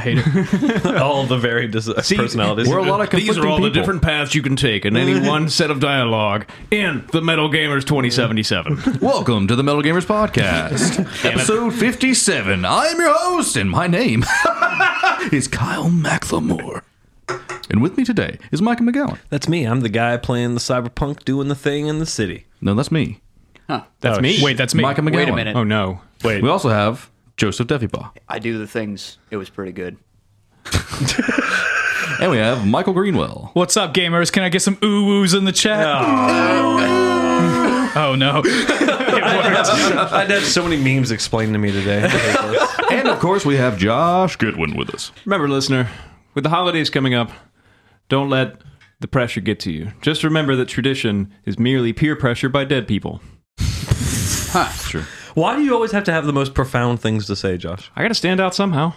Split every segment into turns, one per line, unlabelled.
all the varied dis- personalities.
We're a lot of
These
conflicting
are all the
people.
different paths you can take in any one set of dialogue in the Metal Gamers 2077.
Welcome to the Metal Gamers Podcast, episode 57. I am your host, and my name is Kyle McLemore. And with me today is Micah McGowan.
That's me. I'm the guy playing the cyberpunk, doing the thing in the city.
No, that's me.
That's me. Oh, Wait, that's me.
Micah McGowan.
Wait a minute.
Oh no. Wait.
We also have Joseph Defibaugh.
I do the things. It was pretty good.
And we have Michael Greenwell.
What's up, gamers? Can I get some ooh woos in the chat? oh no.
I'd have so many memes explained to me today.
And of course, we have Josh Goodwin with us.
Remember, listener, with the holidays coming up, don't let the pressure get to you. Just remember that tradition is merely peer pressure by dead people.
Why do you always have to have the most profound things to say, Josh?
I gotta stand out somehow.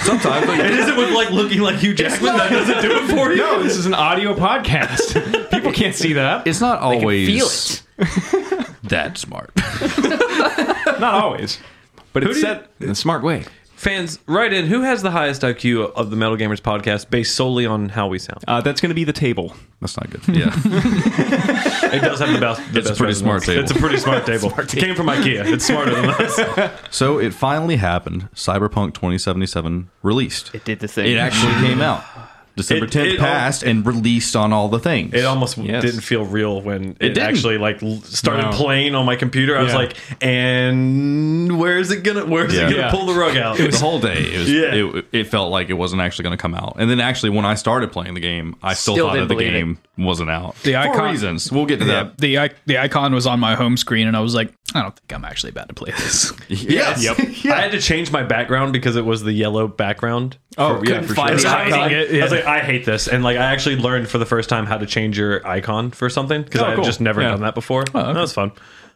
Sometimes
And is it with like looking like Hugh Jackman that doesn't do it for you?
No, this is an audio podcast. people can't see that.
it's not always
Feel it.
that smart.
Not always. But it's set in a smart way.
Fans, write in. Who has the highest IQ of the Metal Gamers podcast based solely on how we sound?
Uh, that's gonna be the table.
That's not good. Yeah.
It does have the best. The
It's a
best
pretty
resonance.
smart table.
It's a pretty smart table. It came from IKEA. It's smarter than us.
So it finally happened. Cyberpunk 2077 released.
It did the thing.
It actually came out. December
It-
10th
it al-
passed and released on all the things.
It almost
Yes.
didn't feel real when it,
didn't.
actually like l- started
No.
playing on my computer. I was
Yeah.
like, "And where is it gonna? Where is
Yeah.
it gonna
Yeah.
pull the rug out?"
the whole day, it, was,
Yeah.
it, it felt like it wasn't actually going to come out. And then actually, when I started playing the game, I still,
Still
thought that
didn't
the
believe it.
game wasn't out.
The
For
icon-
reasons. We'll get to that.
The ic- the icon was on my home screen, and I was like, I don't think I'm actually about to play this.
Yes.
Yep. I had to change my background because it was the yellow background.
Oh, yeah,
couldn't
for
find the
sure.
Hiding
icon.
it, yeah.
I was like, I hate this, and like I actually learned for the first time how to change your icon for something because
Oh,
I had
cool.
just never
Yeah.
done that before.
Oh,
That was fun.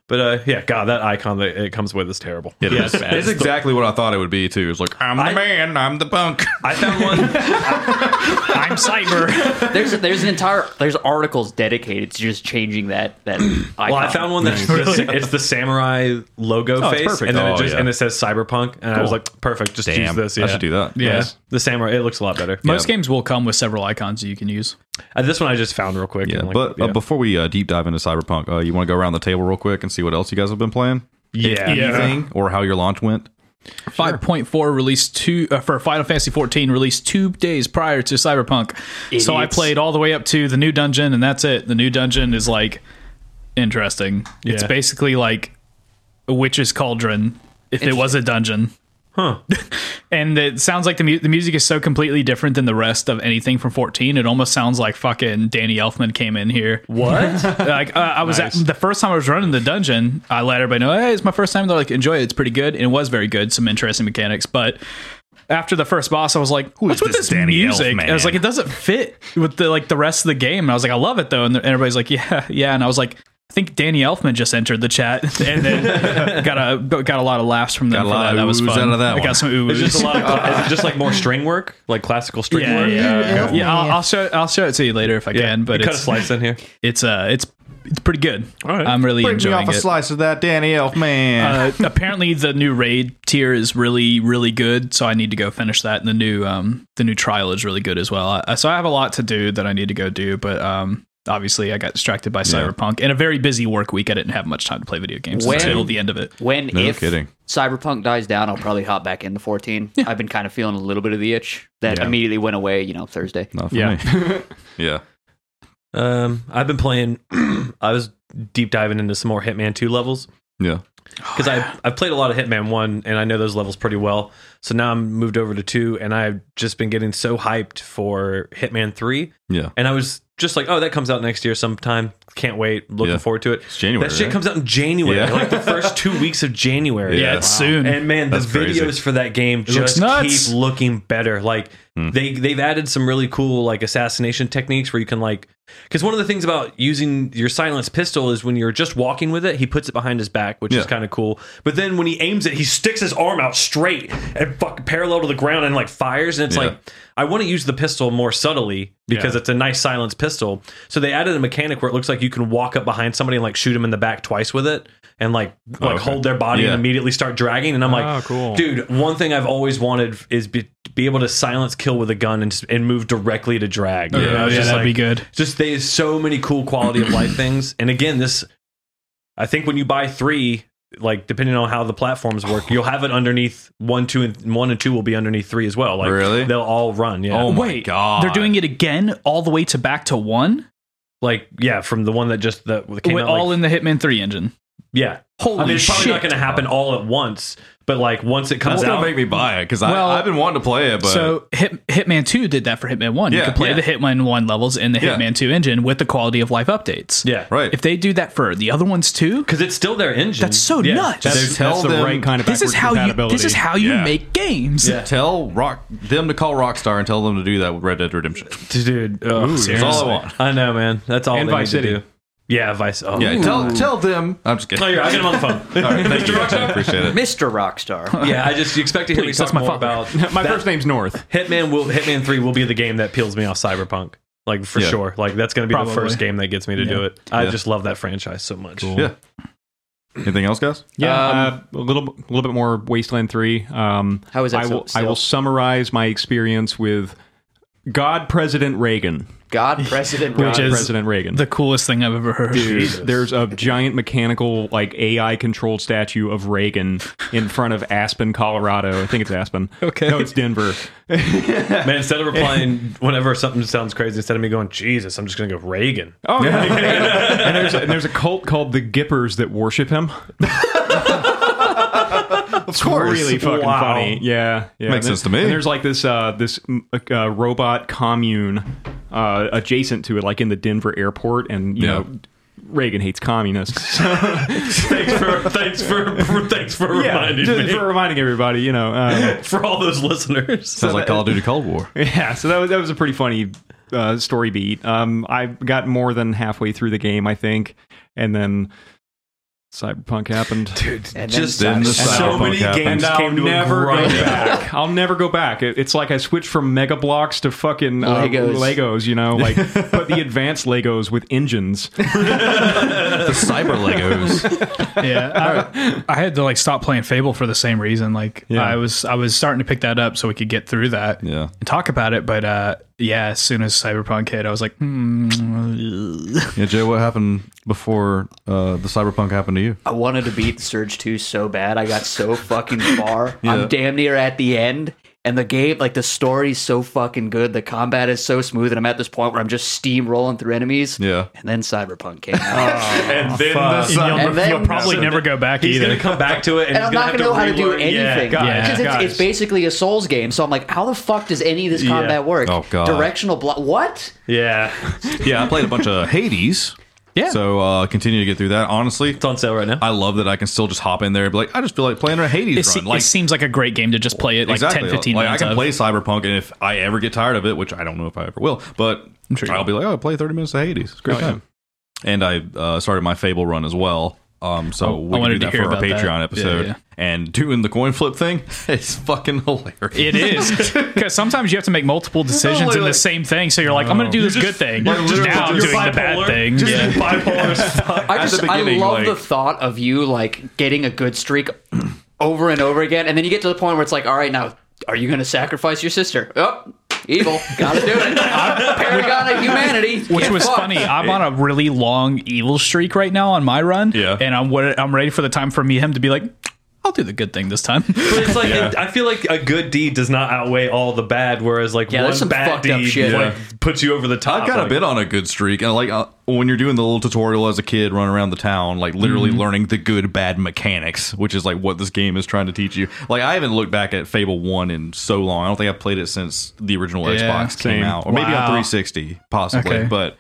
But uh, yeah, God, that icon that it comes with is terrible.
It is bad. It's exactly what I thought it would be, too. It's like, I'm the
I-
man, I'm the punk.
I found one.
I'm cyber.
There's there's an entire there's articles dedicated to just changing that that icon.
Well, I found one that's the, it's the samurai logo
it's
face,
perfect.
and then
Oh,
it just
yeah.
and it says cyberpunk, and I was like, perfect, just
Damn.
use this.
I
Yeah.
should do that.
Yeah.
Yes.
The samurai, it looks a lot better.
Most games will come with several icons that you can use.
Uh, this one I just found real quick.
Yeah,
and, like,
but uh,
yeah.
before we uh, deep dive into Cyberpunk, uh, you want to go around the table real quick and see what else you guys have been playing?
yeah,
Anything or how your launch went?
5.4 released two uh, for Final Fantasy 14 released two days prior to Cyberpunk. So I
Idiots.
played all the way up to the new dungeon, and that's it. The new dungeon is like interesting. It's
Yeah.
basically like a witch's cauldron if it was a dungeon.
Huh.
and it sounds like the, mu- the music is so completely different than the rest of anything from 14 it almost sounds like fucking danny elfman came in here what like uh, i was at, the first time i was running the dungeon i let everybody know hey it's my first time they're like enjoy it it's pretty good and it was very good some interesting mechanics but after the first boss i was like
is
what's with
this
this,
Danny
music
Elfman?
i was like it doesn't fit with the like the rest of the game and i was like i love it though and, everybody's like yeah yeah and i was like I think Danny Elfman just entered the chat and then got a got a lot of laughs from them.
Got a
for
lot
that.
of
that was
oohs
fun.
out of that
I
one.
got some oohs.
It's just a lot of is it just like more string work, like classical string
Yeah,
work.
yeah,
Uh,
yeah. I'll, I'll show I'll show it to you later if I can. But
you cut a
it's
slice in here.
it's uh it's it's pretty good.
right.
I'm really
Bring me
enjoying
off a
it.
slice of that Danny Elfman.
Uh, apparently, the new raid tier is really really good, so I need to go finish that. And the new um the new trial is really good as well. I, so I have a lot to do that I need to go do, but um. Obviously, I got distracted by Cyberpunk and a very busy work week. I didn't have much time to play video games
When-
until the end of it.
when
No
if
kidding.
Cyberpunk dies down, I'll probably hop back into 14. I've been kind of feeling a little bit of the itch that
Yeah.
immediately went away. You know, Thursday.
Not Oh, for
yeah.
me. yeah.
Um, I've been playing. I was deep diving into some more Hitman Two levels
Oh, Yeah.
because I I've played a lot of Hitman One and I know those levels pretty well. So now I'm moved over to two, and I've just been getting so hyped for Hitman Three.
Yeah.
And I was just like, oh, that comes out next year sometime. Can't wait. Looking
Yeah.
forward to it. It's
January,
That shit
right?
comes out in January,
Yeah.
like the first two weeks of January.
Yeah,
Yeah, it's soon.
And man,
That's
the videos
crazy.
for that game
looks
just
nuts.
keep looking better. Like
Hmm.
they they've added some really cool like assassination techniques where you can like because one of the things about using your silenced pistol is when you're just walking with it, he puts it behind his back, which
Yeah.
is kind of cool. But then when he aims it, he sticks his arm out straight and fucking parallel to the ground and like fires, and it's
Yeah.
like I want to use the pistol more subtly because
Yeah.
it's a nice silenced pistol. So they added a mechanic where it looks like you can walk up behind somebody and like shoot them in the back twice with it, and like like
okay.
hold their body
Yeah.
and immediately start dragging. And I'm
Oh,
like,
cool.
dude, one thing I've always wanted is be, be able to silence kill with a gun and s- and move directly to drag. You know,
yeah,
it's just
that'd
like-
be good.
just there's so many cool quality of life things and again this i think when you buy three like depending on how the platforms work you'll have it underneath one two and one and two will be underneath three as well like
Really?
they'll all run yeah
Oh my
Wait,
god.
They're doing it again, all the way to back to one,
like yeah from the one that just that came
with
out,
all
like-
in the Hitman Three engine.
yeah
Holy
i mean it's probably
shit!
not going to happen all at once but like once it comes
That's
out
gonna make me buy it because
Well-
I've been wanting to play it, but
so Hit, Hitman Two did that for Hitman One.
Yeah,
you could play
yeah.
the Hitman One levels in the
Yeah.
Hitman Two engine with the quality of life updates.
yeah
right.
If they do that for the other ones too,
because it's still their engine
That's so
yeah.
nuts.
That's-
Just tell
that's the
them-
right kind of
this is
backwards
how you
compatibility.
this is how you
Yeah.
make games.
Yeah.
tell Rock them to call Rockstar and tell them to do that with Red Dead Redemption.
dude ugh,
That's all I want.
i know man that's all
And
they
Vice
need to
City.
do yeah vice oh
Yeah, tell tell them. I'm just
Oh,
kidding.
here, I'll get him on the phone.
All right, thank you. I appreciate it.
Mr. Rockstar.
Yeah, I just you expect to hear me
Please,
talk
that's my
more
father.
about
My
that-
first name's North.
Hitman. Will Hitman Three will be the game that peels me off Cyberpunk, like for
Yeah.
sure. Like that's going to be
Probably.
the first game that gets me to do it. I
Yeah.
just love that franchise so much.
Yeah. Anything else, guys?
Yeah, uh, a little a little bit more Wasteland Three. Um,
How is that
I
so-
will I will summarize my experience with God President Reagan.
God, President
God
Rockstar.
is-
President Reagan.
The coolest thing I've ever heard.
There's a giant mechanical like AI controlled statue of Reagan in front of Aspen, Colorado. I think it's Aspen.
Okay.
no, it's Denver.
Man, instead of replying whenever something sounds crazy, instead of me going Jesus, I'm just going to go Reagan.
Oh, yeah. and, there's a, and there's a cult called the Gippers that worship him.
Of
really fucking
Wow.
funny. Yeah, yeah.
Makes
And
sense to me.
And there's like this uh, this mm, uh, robot commune uh, adjacent to it, like in the Denver airport, and you
Yeah.
know. Reagan hates communists. So,
thanks for thanks for, thanks for
yeah,
reminding
just
me
for
for,
reminding everybody, you know. Uh,
all those listeners.
Sounds like Call of Duty Cold War.
yeah, so that was, that was a pretty funny uh, story beat. Um, I got more than halfway through the game, I think, and then Cyberpunk happened.
And then
Just
then the
so
Cyberpunk
many
happened.
games
and I'll
came to
never
a
go
grind.
back. I'll never go back. It, it's like I switched from Mega Blocks to fucking uh,
Legos.
Legos. you know, like but the advanced Legos with engines.
The cyber Legos.
Yeah, I, I had to like stop playing Fable for the same reason. Like
Yeah.
I was, I was starting to pick that up so we could get through that
Yeah.
and talk about it. But uh, yeah, as soon as Cyberpunk hit, I was like, hmm.
Yeah, Jay, what happened before uh, the cyberpunk happened to you?
I wanted to beat Surge 2 so bad. I got so fucking far. I'm damn near at the end. And the game, like the story's so fucking good. The combat is so smooth. And I'm at this point where I'm just steamrolling through enemies.
Yeah.
And then Cyberpunk came out.
And then
fuck.
the sun-
You'll,
And then-
you'll probably
so
never
then
go back
he's
either.
going to come back to it, and,
and I'm
he's
not
going
gonna
to
know how to do
relearn- Yeah,
anything
God.
guys,
because it's, it's
guys.
basically a Souls game. So I'm like, how the fuck does any of this combat work?
Oh, God.
Directional block. What?
yeah.
Yeah, I played a bunch of Hades.
Yeah.
So uh, continue to get through that. Honestly,
It's on sale right now.
I love that I can still just hop in there and be like, I just feel like playing a Hades
it, se-
run.
it
Like,
seems like a great game to just play it like
exactly.
10, 15
like,
minutes.
I can
of.
play Cyberpunk, and if I ever get tired of it, which I don't know if I ever will, but
sure you
I'll
will.
be like, oh, I play 30 minutes of Hades. It's a great
Oh, yeah.
time. And I uh, started my Fable run as well. Um, so we
Oh, wanted
can do
to
that
hear
for our
about that.
Patreon
Yeah,
episode.
yeah.
And doing the coin flip thing is fucking hilarious.
It is because sometimes you have to make multiple decisions in
Literally,
the
like-
same thing. So Oh. you're like, I'm going to do this good thing. now I'm doing the bad thing. Yeah.
bipolar as fuck.
I
At the
just I
beginning,
love
like-
the thought of you like getting a good streak over and over again, and then you get to the point where it's like, all right, now are you going to sacrifice your sister? Oh, evil, gotta do it. Paragon of humanity,
Which
Get
was
fucked.
funny. I'm on a really long evil streak right now on my run,
Yeah.
and I'm wa- I'm ready for the time for me him to be like, I'll do the good thing this time.
But it's like it- I feel like a good deed does not outweigh all the bad, whereas like
Yeah,
one
there's some
bad
fucked up
deed
shit.
like
Yeah.
puts you over the top.
I got a
like-
bit on a good streak, and like uh, when you're doing the little tutorial as a kid, running around the town, like literally
Mm-hmm.
learning the good bad mechanics, which is like what this game is trying to teach you. Like I haven't looked back at Fable One in so long. I don't think I've played it since the original
Yeah,
Xbox came
same.
out, or maybe on
Wow.
360, possibly.
Okay.
But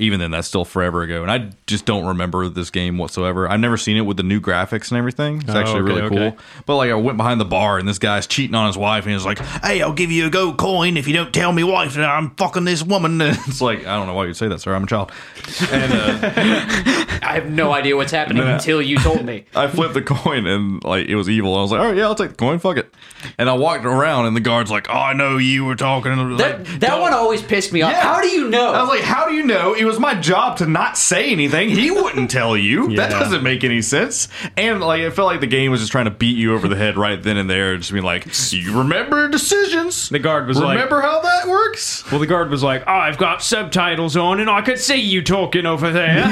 even then, that's still forever ago. And I just don't remember this game whatsoever. I've never seen it with the new graphics and everything. It's actually
Oh, okay,
really cool.
okay.
But like, I went behind the bar and this guy's cheating on his wife, and he's like, "Hey, I'll give you a gold coin if you don't tell me wife that I'm fucking this woman." And it's like, I don't know why you'd say that, sir. I'm a child.
I have no idea what's happening until you told me.
I flipped the coin and like it was evil. I was like, all right, yeah, I'll take the coin. Fuck it. And I walked around and the guard's like, oh, I know you were talking. Like,
That that
don't-
one always pissed me off.
Yeah.
How do you know?
I was like, how do you know? It was my job to not say anything. He wouldn't tell you. That
Yeah.
doesn't make any sense. And like, it felt like the game was just trying to beat you over the head right then and there. Just being like, you remember decisions.
The guard was like,
remember how that works.
Well, the guard was like, oh, I've got subtitles on and I could see you talking over there.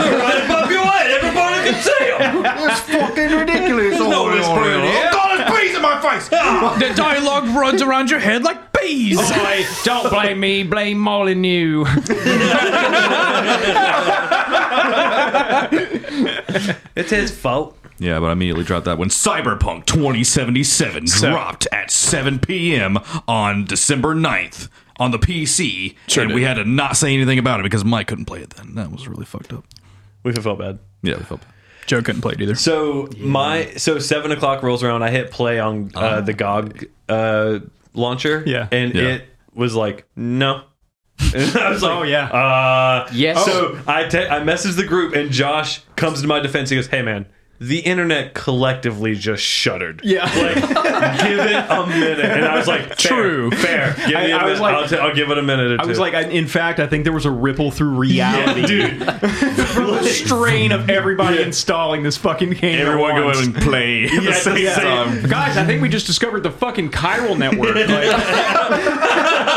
Right above your head, everybody can see him.
It's fucking ridiculous.
no
Oh,
whispering
oh, oh,
here.
oh, God, there's bees in my face.
The dialogue runs around your head like bees.
Boy, don't blame me, blame Molyneux.
It's his fault.
Yeah, but I immediately dropped that when Cyberpunk 2077 dropped at 7 p.m. on December 9th on the PC, and we had to not say anything about it because Mike couldn't play it then. That was really fucked up.
We felt bad.
Yeah, we felt bad.
Joe couldn't play it either.
So my so seven o'clock rolls around. I hit play on uh, the GOG uh, launcher.
Uh-huh. Yeah.
and
Yeah.
it was like no. And I was like,
Oh, yeah.
Uh,
Yes.
So I te- I messaged the group, and Josh comes to my defense. He goes, "Hey, man." The internet collectively just shuddered. Yeah, like give it a minute, and I was like, fair,
True.
fair. Give
I-
me a
I was
minute.
like-
I'll, t- I'll give it a minute or two.
I was like, I, in fact, I think there was a ripple through reality.
dude,
From the strain of everybody installing this fucking game. at
Everyone go
once.
and play at the
at the
same
same-
time.
Guys, I think we just discovered the fucking chiral network.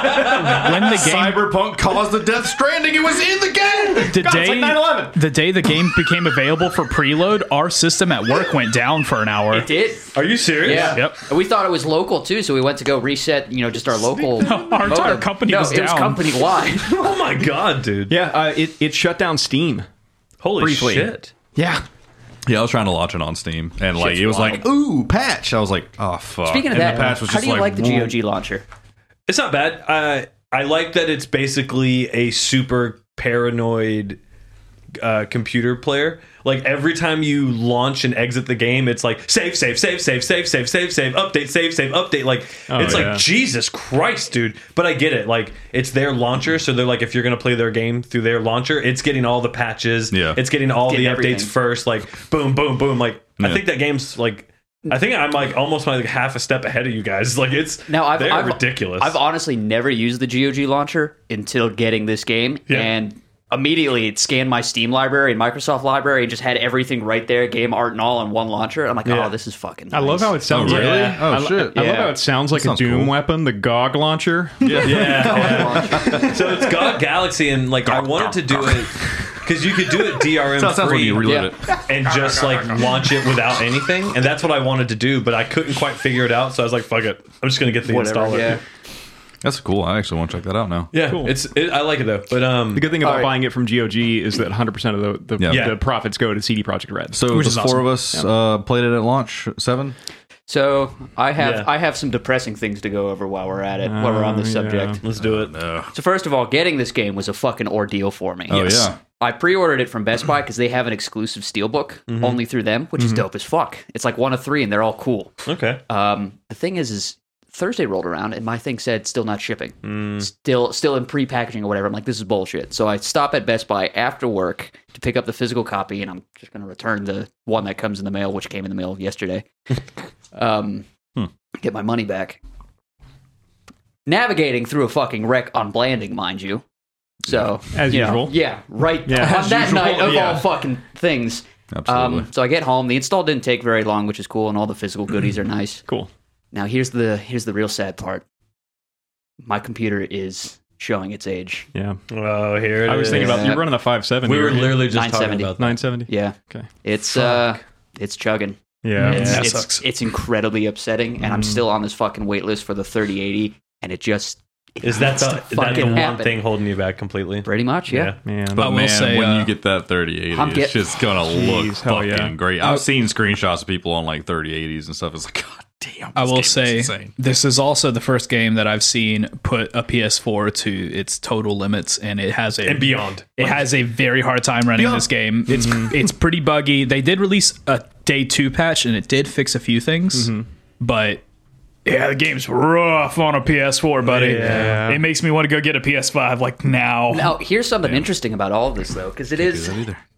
Like,
When the game
Cyberpunk caused the Death Stranding. It was in the game.
the
God,
day
it's like 9/11.
the day the game became available for preload, our system at work went down for an hour.
it did.
are you serious?
Yeah.
Yep.
And we thought it was local too, so we went to go reset, you know, just our local.
Our entire
modem.
company
no,
was
it was
down.
company wide.
Oh my god, dude.
yeah, uh, it, it shut down Steam.
Holy
Briefly.
shit.
Yeah.
Yeah, I was trying to launch it on Steam, and like
Shit's
it was
wild.
like, ooh, patch. I was like, oh fuck.
Speaking of
And
that,
the patch was
how
just
do you like, the
whoa.
GOG launcher?
It's not bad. Uh, I like that it's basically a super paranoid uh, computer player. Like every time you launch and exit the game, it's like save, save, save, save, save, save, save, save, update, save, save, update. Like
Oh,
it's
yeah.
like Jesus Christ, dude. But I get it. Like it's their launcher, so they're like, if you're gonna play their game through their launcher, it's getting all the patches.
Yeah.
it's getting all
Getting
the
everything.
updates first. Like boom, boom, boom. Like I
Yeah.
think that game's like. I think I'm like almost like half a step ahead of you guys. Like it's
Now I've,
they're
I've
ridiculous.
I've honestly never used the GOG launcher until getting this game,
Yeah.
and immediately it scanned my Steam library and Microsoft library and just had everything right there, game art and all, on one launcher. I'm like, oh, this is fucking.
I love how it sounds
Oh, really?
like.
Yeah. Oh,
I lo-
shit.
I love
Yeah.
how it sounds like a
sounds
Doom
cool.
weapon, the GOG launcher.
Yeah. so it's God Galaxy, and like I wanted to do it because you could do it DRM
That sounds like
free
you reload
Yeah.
it.
and just like launch it without anything, and that's what I wanted to do, but I couldn't quite figure it out, so I was like, "Fuck it, I'm just gonna get the
Whatever.
installer."
Yeah.
That's cool. I actually want to check that out now.
Yeah,
Cool.
it's it, I like it though, but um,
The good thing about
Alright.
buying it from GOG is that 100% of the, the,
Yeah.
the profits go to CD Projekt Red.
So
Which
the
is
four
awesome.
of us uh, played it at launch. Seven.
So I have
Yeah.
I have some depressing things to go over while we're at it, while we're on this
Oh, yeah.
subject.
let's do it.
So first of all, getting this game was a fucking ordeal for me.
Oh yeah.
I pre-ordered it from Best Buy because they have an exclusive steelbook
Mm-hmm.
only through them, which is dope as fuck. It's like one of three, and they're all cool.
Okay,
Um, the thing is, is Thursday rolled around and my thing said still not shipping,
Hmm.
still still in pre-packaging or whatever. I'm like, this is bullshit. So I stop at Best Buy after work to pick up the physical copy, and I'm just gonna return the one that comes in the mail, which came in the mail yesterday. um,
Hmm.
Get my money back. Navigating through a fucking wreck on Blanding, mind you. So
As
you know,
usual.
yeah, right
Yeah,
on
as
that
usual,
night of
yeah.
all fucking things.
Absolutely.
Um, so I get home. The install didn't take very long, which is cool, and all the physical goodies are nice.
cool.
Now here's the here's the real sad part. My computer is showing its age.
Yeah.
oh here it
I was thinking
is.
about you're running a 570.
we were
right?
literally just talking
970.
about that.
970.
Yeah.
Okay.
It's uh it's chugging.
Yeah.
It's,
that
it's,
sucks.
it's incredibly upsetting, and I'm still on this fucking wait list for the 3080, and it just
Is that the, that the
fucking
one
happen.
thing holding you back completely?
pretty much yeah.
Man.
But
I will
man,
say,
when
uh,
you get that 3080,
I'm
it's
get-
just gonna look
hell
fucking
yeah.
great. I've seen screenshots of people on like 3080s and stuff. It's like, God damn.
I
this
will
game is
say
insane.
this is also the first game that I've seen put a PS4 to its total limits, and it has a
and beyond.
It has a very hard time running
Beyond. Mm-hmm.
this game. It's it's pretty buggy. They did release a day two patch, and it did fix a few things,
Mm-hmm.
but. Yeah, the game's rough on a PS4, buddy.
Yeah.
It makes me want to go get a PS5 like now.
Now, here's something interesting about all of this, though, because it is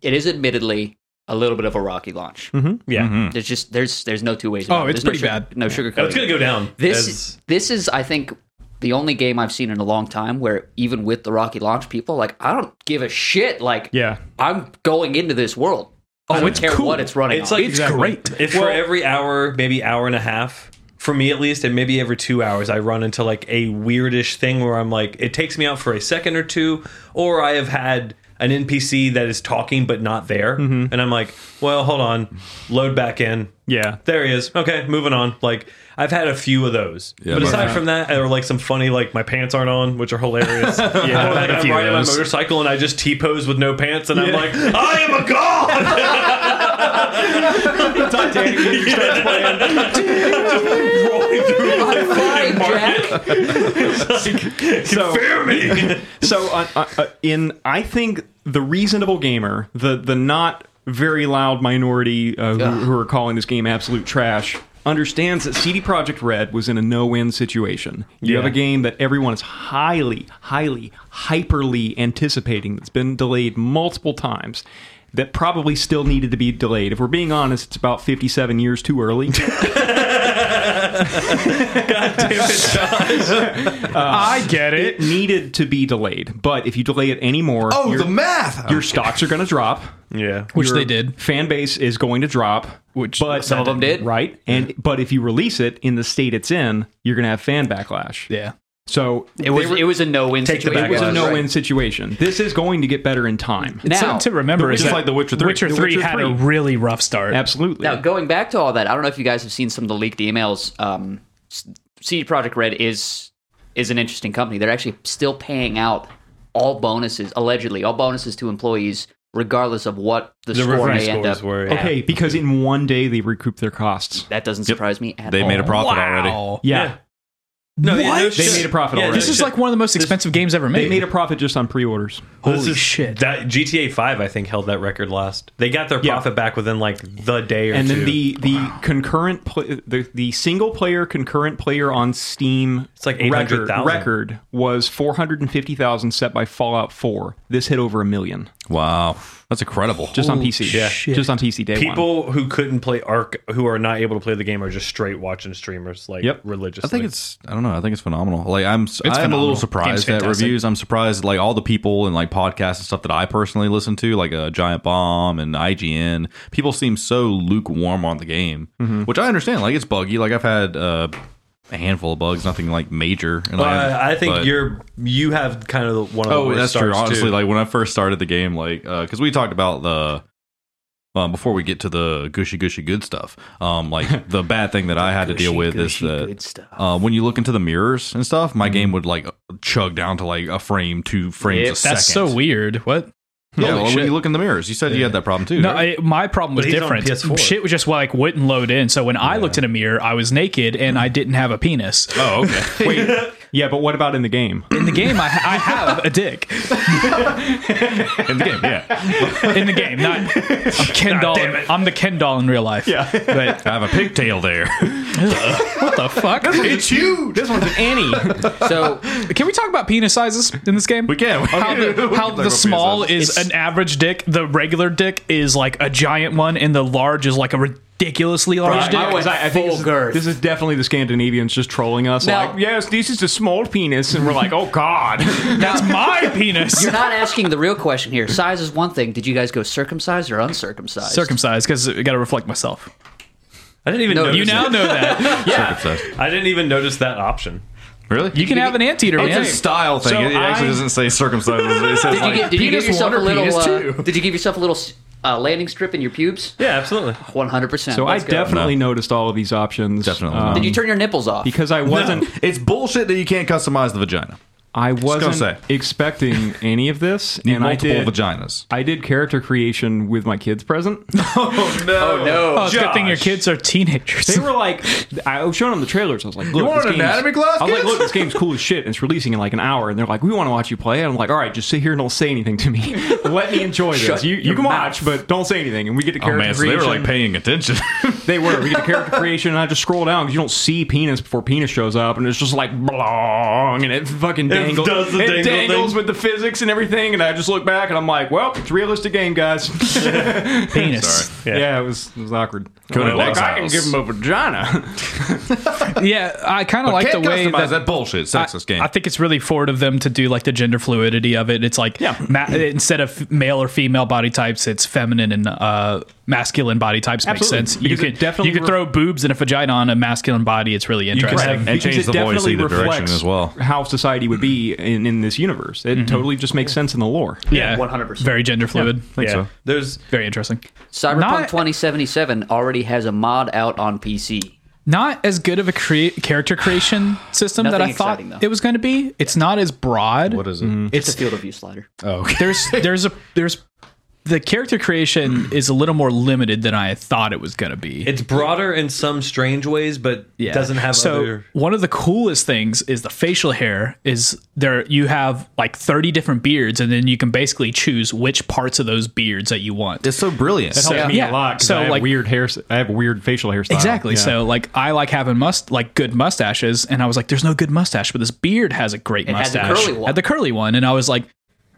it is admittedly a little bit of a rocky launch.
Yeah,
Mm-hmm.
There's just there's there's no two ways.
Oh,
about it.
it's
There's
pretty
no sugar, bad. No sugarcoating.
Oh, it's gonna go down.
This
as-
this is I think the only game I've seen in a long time where even with the rocky launch, people are like I don't give a shit. Like
Yeah.
I'm going into this world. I don't care what it's running.
Oh, It's
on.
like
great.
If for every hour, maybe hour and a half, for me at least, and maybe every two hours, I run into like a weirdish thing where I'm like, it takes me out for a second or two, or I have had an NPC that is talking but not there, and I'm like, well, hold on, load back in.
Yeah.
There he is. Okay, moving on. Like I've had a few of those, but
but-
aside from that, or like some funny, like my pants aren't on, which are hilarious. yeah, or like
had a
I'm
few of
riding my
those.
motorcycle and I just t pose with no pants, and I'm like, I am a god.
Titanic music starts playing.
Rolling through
I'm flying, Jack.
So-
Fear me.
so uh, uh, uh, in I think the reasonable gamer, the the not very loud minority uh, who,
Ugh.
who are calling this game absolute trash, understands that CD Projekt Red was in a no-win situation. You have a game that everyone is highly, highly, hyperly anticipating that's been delayed multiple times. That probably still needed to be delayed. If we're being honest, it's about 57 years too early.
I get
it needed to be delayed, but if you delay it anymore,
Oh,
your,
the math.
your stocks are going to drop.
Yeah.
Which
your
they did.
Fan base is going to drop,
Which
but
some of them did.
right? And but if you release it in the state it's in, you're going to have fan backlash.
Yeah.
So
It was it was a no win
Take the
situation.
back
it was a
Backlash,
no-win situation. This is going to get better in time.
Now,
Something to remember is
Just
that
like The Witcher 3.
Witcher
The
3
Witcher
had a
3.
really rough start.
Absolutely.
now going back to all that, I don't know if you guys have seen some of the leaked emails. Um, S- CD Project Red is is an interesting company. They're actually still paying out all bonuses allegedly, all bonuses to employees, regardless of what the,
review
score may end
scores
up.
were, yeah.
at.
okay, because in one day they recoup their costs.
That doesn't surprise me at
They
all.
made a profit already.
Wow.
Yeah.
No, yeah, no
What?
shit.
They made a profit
Yeah,
already.
This is like one of the most expensive games ever made.
They made a profit just on pre-orders.
This
Holy
is-
shit.
That GTA 5 I think held that record last. They got their
Yeah.
profit back within like the day or
and
two.
then the the concurrent pl- the the single player concurrent player on Steam
It's like
record
800,000.
record was 450,000 set by Fallout 4. This hit over a million
Wow, that's incredible.
just on PC. Yeah. Just on PC day one.
people who couldn't play Ark who are not able to play the game are just straight watching streamers like
Yep.
religiously.
I think it's I don't know. I think it's phenomenal. Like I'm I'm a
phenomenal.
little
Game's
surprised at
fantastic.
reviews. I'm surprised like all the people and like podcasts and stuff that I personally listen to, like uh, Giant Bomb and IGN. People seem so lukewarm on the game,
Mm-hmm.
which I understand. Like it's buggy. Like I've had uh, a handful of bugs, nothing like major. And
uh, I think
but-
you're you have kind of the- one of the
Oh,
worst
that's true.
starts,
Honestly,
too.
like when I first started the game, like because we talked about the um, before we get to the gushy gushy good stuff, um, like the bad thing that I had to deal
Gushy,
with
gushy
is that
good stuff.
uh, when you look into the mirrors and stuff, my game would like chug down to like a frame, two frames a second.
That's so weird. What?
Yeah,
Holy
well, when
shit.
you look in the mirrors, you said you had that problem too.
No,
right?
I, my problem was
But he's on
different.
PS4.
Shit was just like wouldn't load in. So when I looked in a mirror, I was naked and I didn't have a penis.
oh, okay. Wait,
Yeah, but what about in the game?
In the game, I, I have a dick.
in the game, yeah,
In the game, not I'm Ken doll. I'm the Ken doll in real life. Yeah, but
I have a pigtail there.
what the fuck?
it's you.
this one's an Annie.
So
Can we talk about penis sizes in this game?
We can. We
How
can. We can
the, how
talk
the
about
small
penis
is
It's-
an average dick, the regular dick is like a giant one, and the large is like a ridiculously large dick.
I went full
this is,
girth.
this is definitely the Scandinavians just trolling us.
Now-
like, yes, this is a small penis, and we're like, oh god.
That's my penis.
you're not asking the real question here. Size is one thing. Did you guys go circumcised or uncircumcised?
Circumcised because I got to reflect myself.
I didn't even
No,
notice
You now
it.
know that
Obsessed.
I didn't even notice that option.
Really? Oh,
you can have an anteater,
It's
man.
a style thing.
So
it actually
I-
doesn't say circumcised. It says
Did you,
like
get, did you give
penis
yourself
one
a
or penis
little?
two.
Uh, did you give yourself a little uh, landing strip in your pubes?
Yeah, absolutely.
One hundred percent.
so I definitely noticed all of these options.
Definitely
um,
not.
Did you turn your nipples off?
because I wasn't
It's bullshit that you can't customize the vagina.
I wasn't
say.
expecting any of this,
Need
and I
multiple
did.
vaginas.
I did character creation with my kids present.
No.
Oh no.
Oh, it's a good thing your
Josh.
kids are teenagers.
They were like, I was showing them the trailers. I was like, look,
want
this
an
game's-
anatomy class,
I was like,
kids?
look, this game's cool as shit, and it's releasing in like an hour. And they're like, we want to watch you play. And I'm like, all right, just sit here and don't say anything to me. Let me enjoy this.
Shut
you you
your
can
mouth.
watch, but don't say anything. And we get to
Oh
character
man, so they
creation.
were like paying attention.
They were. We get to character creation, and I just scroll down because you don't see penis before penis shows up, and it's just like blong, and it fucking dangles.
does the dangle thing.
dangles with the physics and everything, and I just look back and I'm like, well, it's a realistic game, guys.
penis.
yeah. it was it was awkward.
Go to
Like,
Bob's
I can
house.
give him a vagina.
Yeah, I kind of like the
Can't
way
customize
that,
that, bullshit sexist game.
I think it's really forward of them to do like the gender fluidity of it. It's like
Yeah.
ma- instead of male or female body types, it's feminine and uh, masculine body types
Absolutely.
makes sense. You
Because it
could
definitely
you could
re-
throw boobs and a vagina on a masculine body. It's really
could
interesting.
have- And
Because
change
it
the voice
definitely
either direction
reflects
as well.
How society would be in, in this universe. It totally just Mm-hmm. makes sense in the lore.
yeah,
100%.
Very gender fluid.
yeah.
so.
There's
Very interesting.
Cyberpunk
Not-
2077 already has a mod out on PC.
Not as good of a crea- character creation system that
Nothing
I thought
exciting, though.
it was going to be. It's not as broad.
what is it?
It's a field of view slider.
there's there's a there's the character creation is a little more limited than I thought it was going to be.
it's broader in some strange ways, but
Yeah.
doesn't have
so
other.
one of the coolest things is the facial hair is there you have like 30 different beards and then you can basically choose which parts of those beards that you want
It's so brilliant.
It helped me
yeah.
a lot because
So,
I have
like-
weird hair. I have a weird facial hairstyle.
exactly
Yeah.
so like i like having must like good mustaches and i was like there's no good mustache but this beard has a great
had the
mustache
curly one.
Had the curly one and i was like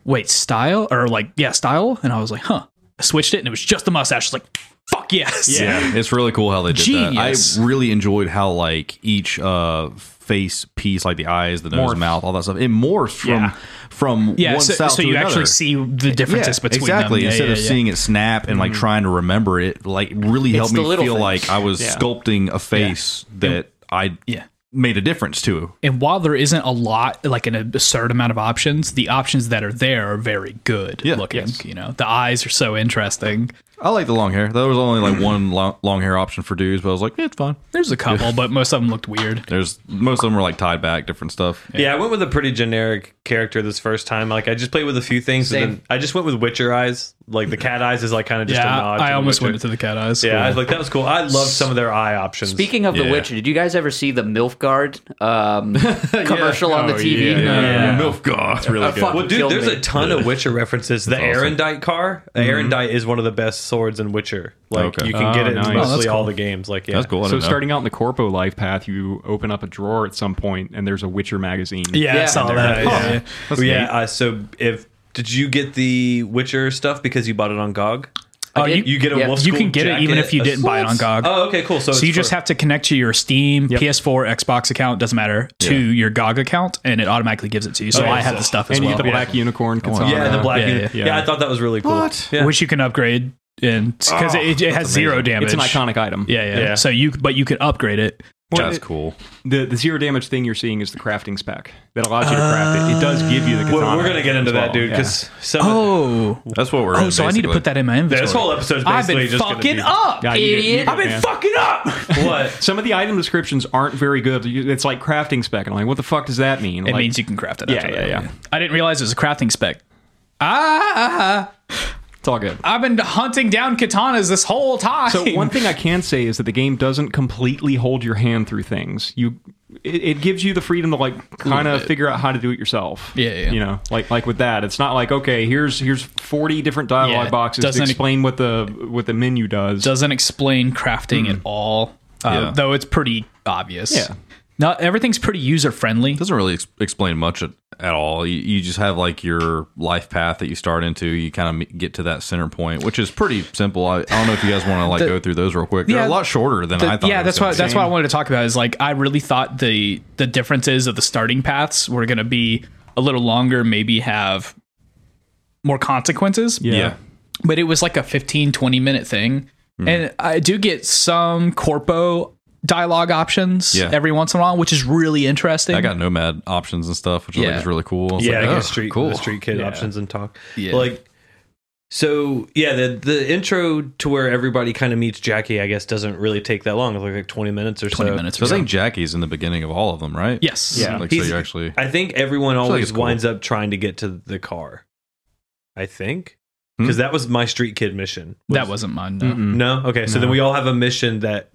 wait style or like yeah style and i was like huh i switched it and it was just the mustache I was like fuck yes
Yeah, it's really cool how they did
Genius.
that. I really enjoyed how like each uh face piece, like the eyes, the nose,
Morph.
mouth, all that stuff, it morphs from
Yeah.
from
Yeah,
one
so,
style
so
to
you
another.
actually see the differences between
exactly.
them. Yeah,
Instead
yeah, Mm-hmm.
of
yeah.
seeing it snap and like trying to remember it, like really helped
the
me
little
feel
things.
like I was
Yeah.
sculpting a face that I
Yeah.
made a difference to.
And while there isn't a lot, like an absurd amount of options, the options that are there are very good
Yeah.
looking.
Yes.
You know, the eyes are so interesting.
I like the long hair. There was only like one long, long hair option for dudes, but I was like, eh, it's fine.
There's a couple, but most of them looked weird.
There's most of them were like tied back, different stuff.
Yeah, I went with a pretty generic character this first time. Like I just played with a few things.
Same.
And then I just went with Witcher eyes. Like the cat eyes is like kind of just a
yeah,
nod. to
I
the
almost
Witcher.
went into the cat eyes.
Yeah, I was like that was cool. I love some of their eye options.
Speaking of The
Yeah.
Witcher, did you guys ever see the MILF Guard um, commercial on
Oh,
Oh,
the TV?
Yeah.
Milf God. It's really
Uh, fuck.
well, dude,
Killed
there's
me.
a ton of Witcher references. The
awesome.
Arendite car, the Arendite is one of the best swords in Witcher. Like
Okay.
you can get
Oh,
it
nice.
in
Oh,
that's
mostly all
cool.
the games. Like yeah,
That's cool. I
So
didn't know.
starting out in the corpo life path, you open up a drawer at some point, and there's a Witcher magazine.
yeah, I
Yeah.
saw
Yeah,
that. Yeah,
yeah.
yeah.
Oh, yeah. Uh, so if did you get the Witcher stuff because you bought it on GOG?
Oh,
did-
You get a
Yeah.
wolf
you can get it even
jacket,
if you
a-
didn't buy it on GOG.
Oh, okay, cool. So,
so you just have to connect to your Steam, PS4, Xbox account doesn't matter to your GOG account, and it automatically gives it to you. So
yeah,
I had
so-
the stuff as
And you
well,
get the black unicorn katana.
yeah the black.
Yeah,
Yeah,
yeah,
yeah.
yeah.
I thought that was really cool. Yeah.
which you can upgrade, and because it, it has zero damage.
It's an iconic item.
Yeah, yeah,
Yeah.
So you, but you can upgrade it.
That's cool.
The, the zero damage thing you're seeing is the crafting spec that allows you to craft it. It does give
Uh,
you the katana.
We're, we're gonna get into
as well.
that, dude,
Yeah.
because some.
Oh,
That's what we're.
oh.
in,
So I need to
basically.
put that in my inventory.
this whole episode's
I've
basically
been
just gonna
fucking
be-
up.
Yeah, you did- you
Idiot.
did,
I've been
man.
fucking up.
What?
Some of the item descriptions aren't very good. You- It's like crafting spec, and I'm like, what the fuck does that mean?
It
like,
means you can craft it.
Yeah,
after
yeah,
that.
yeah.
I didn't realize it was a crafting spec. Ah,
it's all good.
I've been hunting down katanas this whole time.
So one thing I can say is that the game doesn't completely hold your hand through things. You, it, it gives you the freedom to like kind of figure out how to do it yourself.
Yeah, yeah.
You know, like like with that, it's not like okay, here's here's forty different dialogue
Yeah,
boxes to
doesn't-
explain what the what the menu does.
doesn't explain crafting at all, uh,
Yeah.
though it's pretty obvious.
Yeah.
Not everything's pretty user friendly.
doesn't really ex- explain much at, at all. You, you just have like your life path that you start into. You kind of get to that center point, which is pretty simple. I, I don't know if you guys want to like go through those real quick. They're
yeah,
a lot shorter than I thought.
yeah,
it was
that's what
gonna
that's what I wanted to talk about. Is like I really thought the the differences of the starting paths were going to be a little longer, maybe have more consequences.
be.
Yeah.
Yeah.
but it was like a 15 20 minute thing
Hmm.
and i do get some corpo dialogue options
Yeah.
every once in a while which is really interesting
I got nomad options and stuff, which I
Yeah.
think is really cool. I was
yeah,
like,
I
oh,
get street
cool.
the street kid options and talk.
Yeah.
Like So yeah, the the intro to where everybody kind of meets Jackie, I guess, doesn't really take that long. It's like, like twenty minutes or so.
20 minutes
So
or
I
so.
think Jackie's in the beginning of all of them, right?
Yes.
Yeah.
Like, so
He's-
you're actually.
I think everyone
like
always
it's cool.
winds up trying to get to the car. I think because that was my street kid mission.
That wasn't mine. No.
No, okay. So then we all have a mission that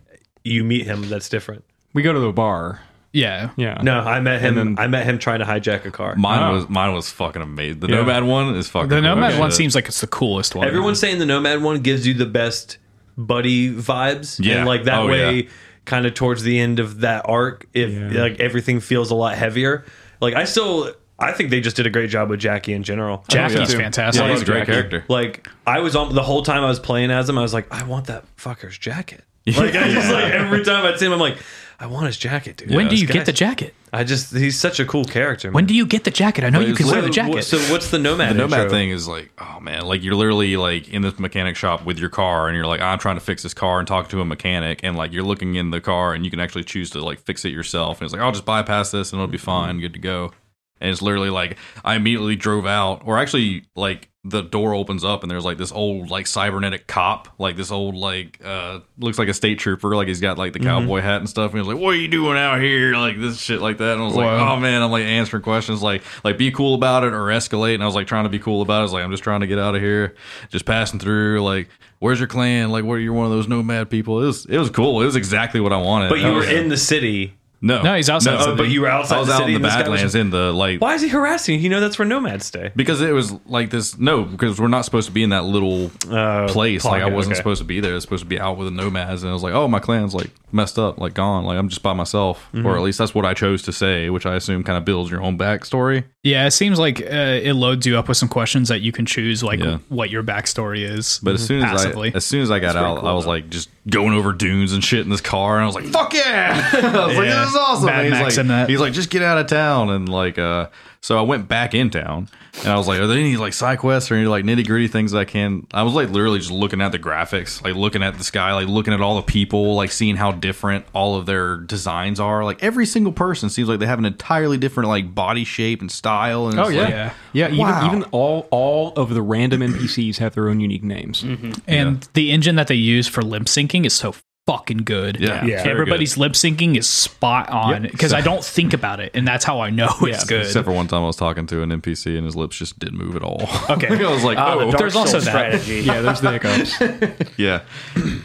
you meet him. That's different.
We go to the bar.
Yeah.
Yeah.
No, I met him.
Uh-huh. And then-
I met him trying to hijack a car.
Mine
Oh.
was mine was fucking amazing. The
Yeah.
Nomad one is fucking.
The Nomad
cool.
one
Yeah.
seems like it's the coolest one.
Everyone's saying the Nomad one gives you the best buddy vibes.
Yeah.
And like that
Oh,
way,
yeah.
kind of towards the end of that arc, if like everything feels a lot heavier. Like I still I think they just did a great job with Jackie in general.
Jackie's
Yeah.
fantastic.
Yeah, he's a great
Jackie.
character.
Like I was on the whole time I was playing as him, I was like, I want that fucker's jacket. Like I just like every time I'd see him, I'm like, I want his jacket, dude.
when do
This
you
guy's-
get the jacket?
I just he's such a cool character.
When do you get the jacket? I know you
it's
can wear
like-
the jacket.
So what's the nomad?
The nomad
intro?
thing is like, oh man, like you're literally like in this mechanic shop with your car, and you're like, I'm trying to fix this car, and talk to a mechanic, and like you're looking in the car, and you can actually choose to like fix it yourself, and it's like, I'll just bypass this, and it'll be
Mm-hmm.
fine, good to go. And it's literally like I immediately drove out, or actually like the door opens up, and there's like this old like cybernetic cop, like this old like uh looks like a state trooper, like he's got like
Mm-hmm.
the cowboy hat and stuff, and he's like, "What are you doing out here?" Like this shit like that, and I was like,
Wow.
"Oh man," I'm like answering questions like like be cool about it or escalate, and I was like trying to be cool about it. I was like, "I'm just trying to get out of here, just passing through." Like, where's your clan? Like, what you're one of those nomad people? It was it was cool. It was exactly what I wanted.
But
I
you were
was-
in the city.
no
No, he's outside the city.
Oh, But you were outside
I was
the
out
city
in
and
the
this guy was-
Badlands in the like
Why is he harassing? you? You know that's where nomads stay.
because it was like this no because we're not supposed to be in that little place like i
Oh, pocket,
wasn't
okay.
supposed to be there i was supposed to be out with the nomads and i was like oh my clan's like messed up like gone like i'm just by myself
Mm-hmm.
or at least that's what i chose to say which i assume kind of builds your own backstory
yeah, it seems like uh, it loads you up with some questions that you can choose, like
Yeah.
what your backstory is.
but as soon as
passively.
I as soon as I got out, I was like just going over dunes and shit in this car, and I was like, "Fuck yeah!" I was like,
Yeah.
"This is awesome."
Mad
And he's
Max
like,
in that.
he's like, "Just get out of town," and like, uh, so I went back in town, and I was like, "Are there any like side quests or any like nitty gritty things I can?" I was like literally just looking at the graphics, like looking at the sky, like looking at all the people, like seeing how different all of their designs are. Like every single person seems like they have an entirely different like body shape and style. And
oh
it's
yeah.
like-
yeah.
Yeah, even,
Wow.
even all all of the random NPCs have their own unique names.
And the engine that they use for lip syncing is so fucking good.
Yeah. Yeah. Very
Everybody's lip syncing is spot on because I don't think about it, and that's how I know it's good.
Except for one time I was talking to an NPC and his lips just didn't move at all.
Okay.
I was like, oh,
There's also that.
strategy.
Yeah, there's the hiccups.
yeah.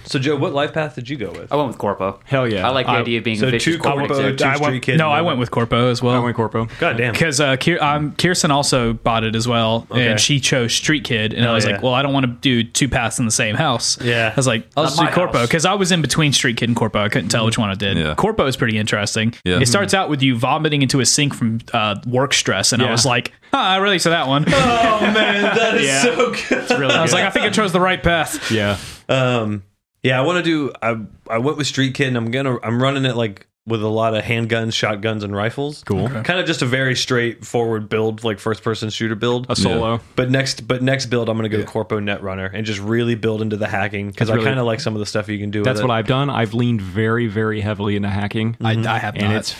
So Joe, what life path did you go with?
I went with Corpo.
Hell yeah.
I like the idea of being
so
a vicious
two
corporate
Corpo,
exec.
two
I
street
went,
kid.
no, I went with Corpo as well.
I went Corpo.
God damn.
because uh, Kier, um, Kirsten also bought it as well, and she chose Street Kid, and I was
yeah.
like, well, I don't want to do two paths in the same house.
Yeah.
I was like, I'll just do
my
Corpo
house.
because I was in between Street Kid and Corpo. I couldn't tell which one I did.
Yeah.
Corpo is pretty interesting.
Yeah.
It starts out with you vomiting into a sink from uh, work stress, and I
Yeah.
was like, huh, I really saw that one. I
Oh man, that is so good.
Really
was like, I think I chose the right path.
yeah.
Um, yeah, I want to do. I I went with Street Kid, and I'm gonna I'm running it like with a lot of handguns, shotguns, and rifles. Cool. Kind of just a very straightforward build, like first person shooter build.
A solo.
But next, but next build, I'm gonna go Corpo Netrunner and just really build into the hacking because I
really-
kind of like some of the stuff you can do.
That's
with
what
it.
I've done. I've leaned very, very heavily into hacking.
I, I have
and
not.
it's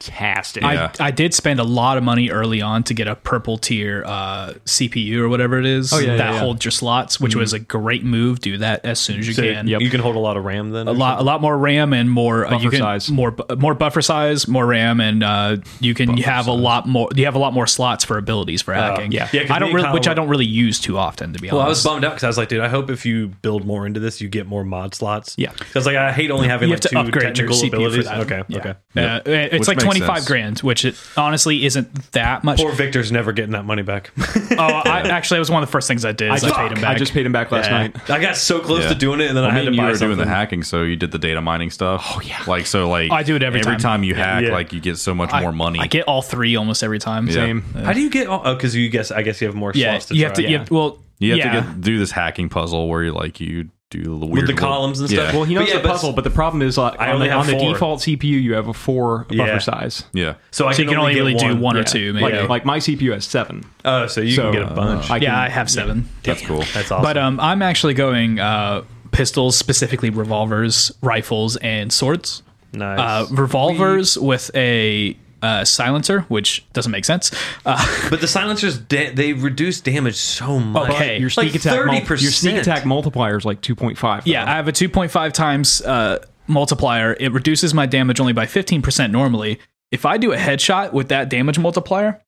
fantastic.
Yeah.
I, I did spend a lot of money early on to get a purple tier uh, CPU or whatever it is
yeah,
that
yeah, yeah.
holds your slots, which was a great move. Do that as soon as you
So
can.
You can hold a lot of RAM then.
a lot, a lot more RAM and more uh, you
Buffer
can,
size.
more bu- more buffer size, more RAM, and uh, you can have a lot more. You have a lot more slots for abilities for hacking.
yeah. Yeah, 'cause
I
me
don't
and
really,
Kyle
which I
were-
don't really use too often, to be
Well, I was
honest.
bummed out because I was like, dude, I hope if you build more into this, you get more mod slots.
Yeah.
because like I hate only having
you
like
have to
two
upgrade your
technical
CPU
abilities.
for that.
Okay,
Yeah.
okay.
Uh, it's
Which
like
makes
twenty five
sense.
grand, which it honestly isn't that much.
Poor Victor's never getting that money back.
oh, I, actually, it was one of the first things I did.
I
Is I,
just,
paid him back.
I just paid him back last night.
I got so close
Yeah.
to doing it, and then I
I
had
mean,
to
you
buy
were
something.
doing the hacking, so you did the data mining stuff. Oh yeah, like so, like
I do it every
every
time.
time you hack.
Yeah.
Like you get so much
I-
more money.
I get all three almost every time.
Yeah.
Same.
How do you get? all- Oh, because you guess. I guess you have more
Yeah,
slots to
you have to.
try.
You have, well,
you have
yeah.
to get do this hacking puzzle where you like you do the weird
the
little-
columns and stuff?
Yeah,
Well, he
But
knows
yeah,
the
but-
puzzle, but the problem is like,
I
on,
only
the,
have
on the
four.
default CPU, you have a four buffer
Yeah.
size.
yeah.
So I
So you can only
get
really do one or two, maybe.
Like,
Yeah.
like my CPU has seven.
Oh, so you
So, uh,
can get a bunch.
I
yeah,
can-
I have seven.
that's cool.
That's awesome.
But um, I'm actually going uh, pistols, specifically revolvers, rifles, and swords.
nice.
Uh, revolvers with a uh, silencer, which doesn't make sense. Uh,
But the silencers da- they reduce damage so much.
Okay.
Your sneak
Like
attack, mul- your sneak
30%.
attack multiplier is like two point five.
yeah, I have a 2.5 times uh, multiplier. It reduces my damage only by 15% normally. If I do a headshot with that damage multiplier,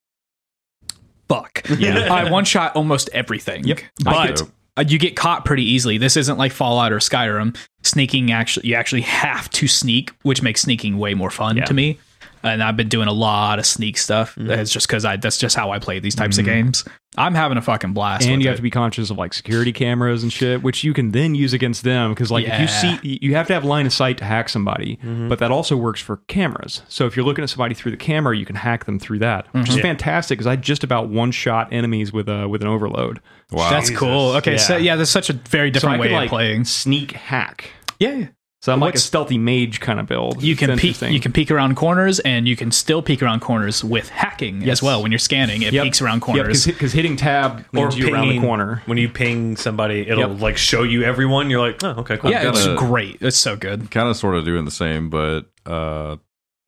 fuck.
Yeah.
I one shot almost everything.
Yep. I
But
could-
uh, you get caught pretty easily. This isn't like Fallout or Skyrim. Sneaking actually, you actually have to sneak, which makes sneaking way more fun to me. And I've been doing a lot of sneak stuff.
Mm-hmm.
It's just because I that's just how I play these types of games. I'm having a fucking blast.
and
with
you
it.
have to be conscious of like security cameras and shit, which you can then use against them because like if you
Yeah. Mm-hmm.
see, you have to have line of sight to hack somebody, but that also works for cameras. So if you're looking at somebody through the camera, you can hack them through that, which
Mm-hmm.
is fantastic because I just about one shot enemies with a with an overload.
Wow.
That's cool. Okay, so
Yeah.
yeah, that's such a very
So
different
I
way
could
of
like
playing.
sneak hack.
Yeah,
So I'm like a
What's-
stealthy mage kind of build.
you can
It's
peek.
interesting.
You can peek around corners, and you can still peek around corners with hacking as well. When you're scanning, it
Yep.
peeks around
Yep,
corners.
because hitting tab
Or
leads you around the
pinging-
corner.
When you ping somebody, it'll
Yep.
like show you everyone. You're like, oh, okay, cool.
yeah, it's
gotta-
great. It's so good.
Kind of, sort of doing the same, but uh,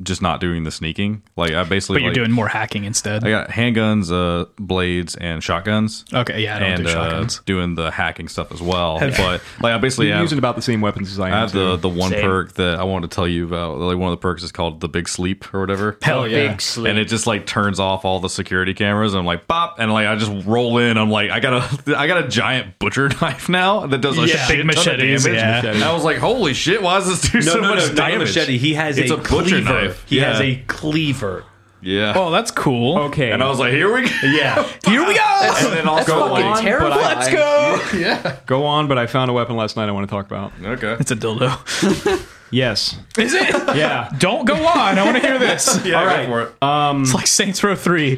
just not doing the sneaking. Like I basically,
But you're
like,
doing more hacking instead.
I got handguns, uh, blades, and shotguns.
Okay, yeah, I don't
and
do
uh,
shotguns.
doing the hacking stuff as well. but like I basically
You're
have,
using about the same weapons as I am.
I have the,
too.
the one perk that I want to tell you about. Like one of the perks is called the big sleep or whatever.
Hell yeah.
Big sleep.
And it just like turns off all the security cameras. And I'm like, bop, and like I just roll in. I'm like, I got a, I got a giant butcher knife now that does a
Yeah.
shit
Big
ton of
machetes,
damage.
yeah.
And I was like, holy shit, why does this do
No,
so
no,
much
no, not a
damage?
machete. He has
It's
a,
a butcher
cleaver.
knife.
He has
Yeah.
a cleaver.
yeah.
Oh, that's cool.
okay.
and I was like, here we go.
Yeah.
Here we go.
and then I'll
That's
go
fucking
like,
terrible.
but I-
Let's go.
Go on, but I found a weapon last night I want to talk about.
okay.
It's a dildo.
Yes.
Is it?
Yeah.
Don't go on. I want to hear this.
Yeah,
All
go
right.
for it.
It's like Saints Row Three.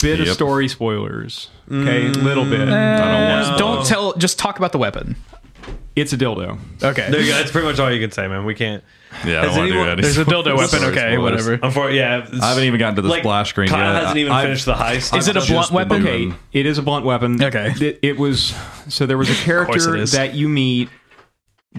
Bit of
Yep.
story spoilers. Okay, little bit.
I don't want to.
Don't tell. Just talk about the weapon.
It's a dildo.
Okay.
There you go. That's pretty much all you can say, man. We can't.
Yeah,
Has
I don't want to do
anyone-
that.
There's a dildo weapon.
Sorry,
Okay,
spoilers.
whatever.
Unfor- yeah.
I haven't even gotten to the
like,
splash screen
Kyle
yet.
hasn't even
I've-
finished the heist.
Is it a
Just
blunt
the
weapon?
movie.
Okay, it is a blunt weapon.
Okay.
It, it was so there was a
course it
character
is.
that you meet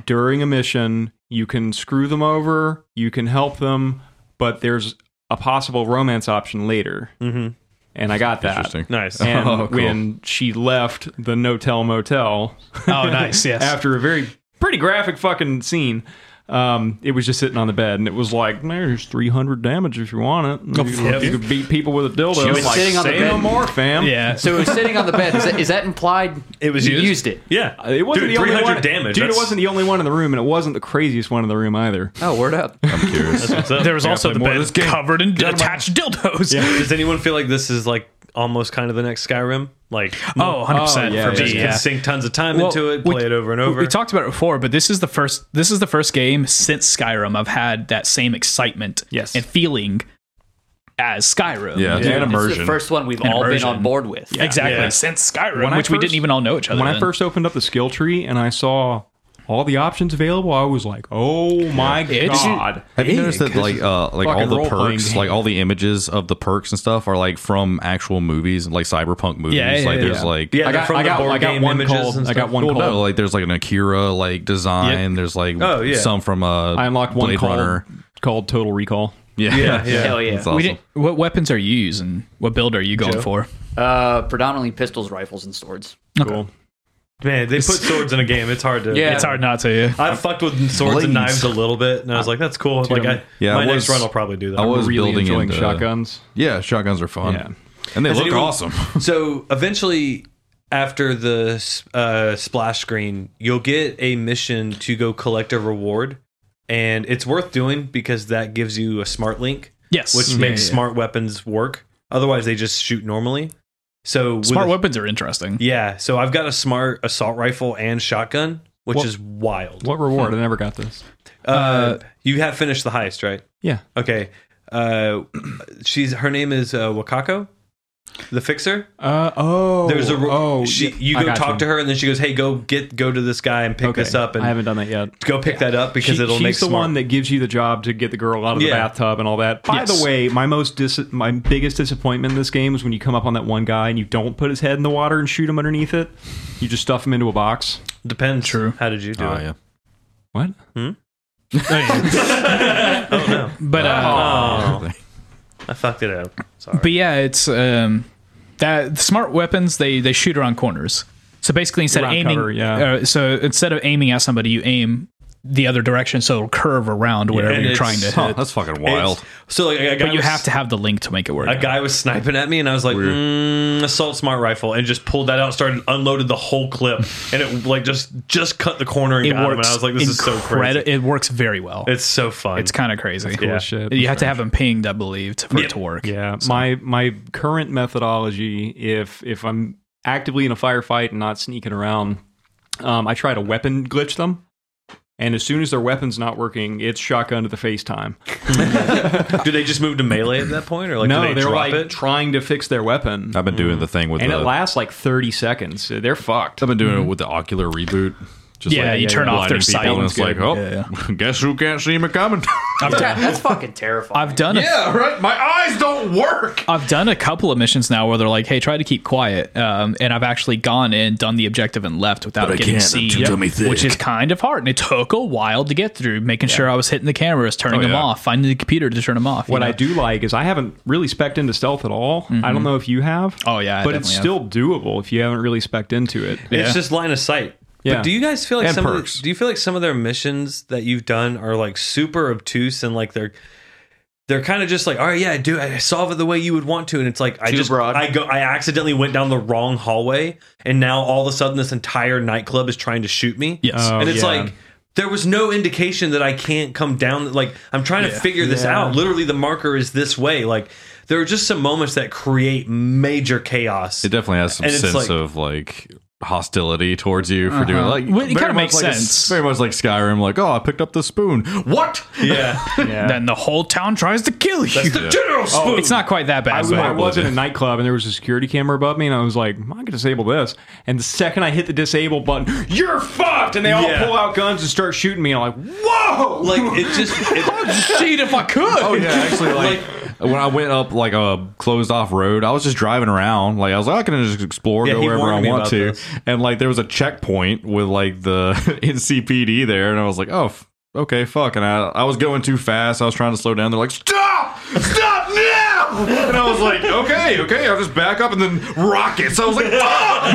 during a mission. You can screw them over, you can help them, but there's a possible romance option later. Mm-hmm. And I got that.
Interesting.
nice.
And
Oh, cool.
when she left the Notel Motel,
Oh, nice. Yes.
after a very pretty graphic fucking scene. Um, it was just sitting on the bed, and it was like, "There's 300 damage if you want it. You,
fuck
you
you.
could beat people with a dildo."
was
like,
sitting on the
"Say
bed."
no more, fam.
yeah.
So it was sitting on the bed. Is that, is that implied?
It was
you
used?
used it.
yeah.
Uh,
Uh,
It wasn't
Dude,
the only
300
one.
damage.
dude.
that's,
It wasn't the only one in the room, and it wasn't the craziest one in the room either.
Oh, word up.
I'm curious.
What's up?
There was also
play
the
more of
bed
this game.
covered in attached dildos.
Does anyone feel like this is like almost kind of the next Skyrim? Like,
Oh, 100%
Oh, yeah,
for
yeah,
me.
just
Yeah.
can sink tons of time
Well,
into it,
we-
play it over and over.
We talked about it before, but this is the first this is the first game since Skyrim I've had that same excitement
Yes.
and feeling as Skyrim.
Yeah,
Dude.
and
It's
immersion.
the first one we've all
Immersion.
been on board with.
Exactly.
Yeah.
Since Skyrim,
When I
which we
first-
didn't even all know each other.
When I
then.
first opened up the skill tree and I saw all the options available, I was like, "Oh my
It's-
god!"
Have you noticed that
This
like
is
uh like all
fucking
the
role-playing
perks,
game.
like all the images of the perks and stuff are like from actual movies, like cyberpunk movies.
Yeah, yeah,
like
yeah,
there's
yeah.
like
yeah,
I
they're
got,
from
I
the
got,
board
I got
game
one
images
called.
and
I got
stuff.
one
Well,
called.
no, like there's like an Akira like design. There's like
Oh, yeah.
some from uh
I unlocked one
Blade
called,
Runner.
called Total Recall.
Yeah,
Yeah, yeah.
Hell yeah.
That's awesome.
We didn't, what weapons are you using? What build are you going for?
Uh, predominantly pistols, rifles, and swords.
Cool.
Man, they put swords in a game. It's hard to.
Yeah.
It's hard not to.
I fucked with swords and
Blades.
knives a little bit, and I was like, "That's cool." Like, I,
Yeah,
my
I
next
was-
run, I'll probably do that.
I was
Really
building
enjoying
into
shotguns.
Yeah, shotguns are fun.
Yeah.
And they
Has
look
anyone-
awesome.
so eventually, after the uh, splash screen, you'll get a mission to go collect a reward, and it's worth doing because that gives you a smart link,
Yes.
which
Yeah,
makes
yeah.
smart weapons work. Otherwise, they just shoot normally. So with
Smart
a-
weapons are interesting.
yeah. So I've got a smart assault rifle and shotgun, which
What-
is wild.
What reward? I never got this.
uh, you have finished the heist, right?
Yeah.
Okay. Uh, she's her name is uh, Wakako, the fixer.
Uh, oh.
There's a
oh.
she.
yeah,
You
I
go
got
talk
you.
to her, and then she goes, "Hey, go get go to this guy and pick
Okay.
this up,
I
and
haven't done that yet.
go pick that up because
She-
it'll
she's
make
the
smart."
one that gives you the job to get the girl out of the
Yeah.
bathtub and all that. By
Yes.
the way, my most dis- my biggest disappointment in this game is when you come up on that one guy and you don't put his head in the water and shoot him underneath it. You just stuff him into a box.
Depends. True. How did you do
Oh,
it?
yeah.
What?
but uh,
Oh.
I fucked it up. Sorry.
But yeah, it's um, that smart weapons they they shoot around corners. So basically, instead of
Around
aiming,
cover, yeah.
uh, so instead of aiming at somebody, you aim the other direction, so it'll curve around wherever
and
you're
it's-
trying to.
Huh,
hit.
that's fucking wild.
It's- So like, a guy
But you
was-
have to have the link to make it work.
A guy was sniping at me, and I was like, mm, "Assault smart rifle," and just pulled that out, started unloaded the whole clip, and it like just just cut the corner and
it
got him. And
works.
I was like, "This is so
incredi-
crazy."
It works very well. It's,
It's so fun.
kind of crazy.
cool Yeah.
as shit.
You have to have them pinged, I believe, to, for
Yeah.
it to work.
Yeah, my my current methodology, if if I'm actively in a firefight and not sneaking around, um, I try to weapon glitch them. And as soon as their weapon's not working, it's shotgun to the face time.
do they just move to melee at that point, or like do
no,
they
they're
drop
like
it?
trying to fix their weapon,
I've been doing the thing with
and
the,
it lasts like thirty seconds. So They're fucked.
I've been doing it with the ocular reboot. Just
Yeah, you turn off their
blinding people,
sight.
and it's like, oh,
Yeah,
guess who can't see me coming?
I've done,
That's fucking terrifying.
I've done a
yeah, right. My eyes don't work.
I've done a couple of missions now where they're like, "Hey, try to keep quiet," um, and I've actually gone in, done the objective, and left without
But I
getting
can't, I'm
seen,
too dummy thick.
which is kind of hard. And it took a while to get through, making sure I was hitting the cameras, turning
Oh,
them
yeah.
off, finding the computer to turn them off. you
What
know?
I do like is I haven't really specced into stealth at all. I don't know if you have.
Oh, yeah, I
but it's
definitely
still doable if you haven't really specced into it.
It's
Yeah.
just line of sight.
Yeah.
But do you guys feel like
And
some of
perks.
the, do you feel like some of their missions that you've done are like super obtuse and like they're they're kind of just like, all right, yeah, do I solve it the way you would want to, and it's like I
Too
just
broad.
I go I accidentally went down the wrong hallway, and now all of a sudden this entire nightclub is trying to shoot me.
Yes. Oh,
and it's
yeah.
like there was no indication that I can't come down. Like I'm trying to figure this out. Literally, the marker is this way. Like there are just some moments that create major chaos.
It definitely has some
And it's
sense
like-
of like hostility towards you for doing like
Uh-huh. Well, it
very
kinda
much
makes
like a-
sense.
very much like Skyrim, like oh, I picked up the spoon. What?
yeah,
Then the whole town tries to kill you.
general spoon.
it's not quite that bad.
I,
but-
I was in a nightclub and there was a security camera above me, and I was like, "I'm gonna disable this." And the second I hit the disable button, you're fucked! And they all
Yeah.
pull out guns and start shooting me. And I'm like, "Whoa!"
like it just it,
Shit, if I could.
Oh yeah, actually, like when I went up like a closed off road, I was just driving around. Like I was like, I can just explore,
Yeah,
go
he
wherever
warned
I
me
want
about
to.
this.
And like there was a checkpoint with like the NCPD there, and I was like, oh. F- Okay, fuck, and I, I was going too fast. I was trying to slow down. They're like, "Stop! Stop now!" And I was like, "Okay, okay, I'll just back up." And then rockets. I was like,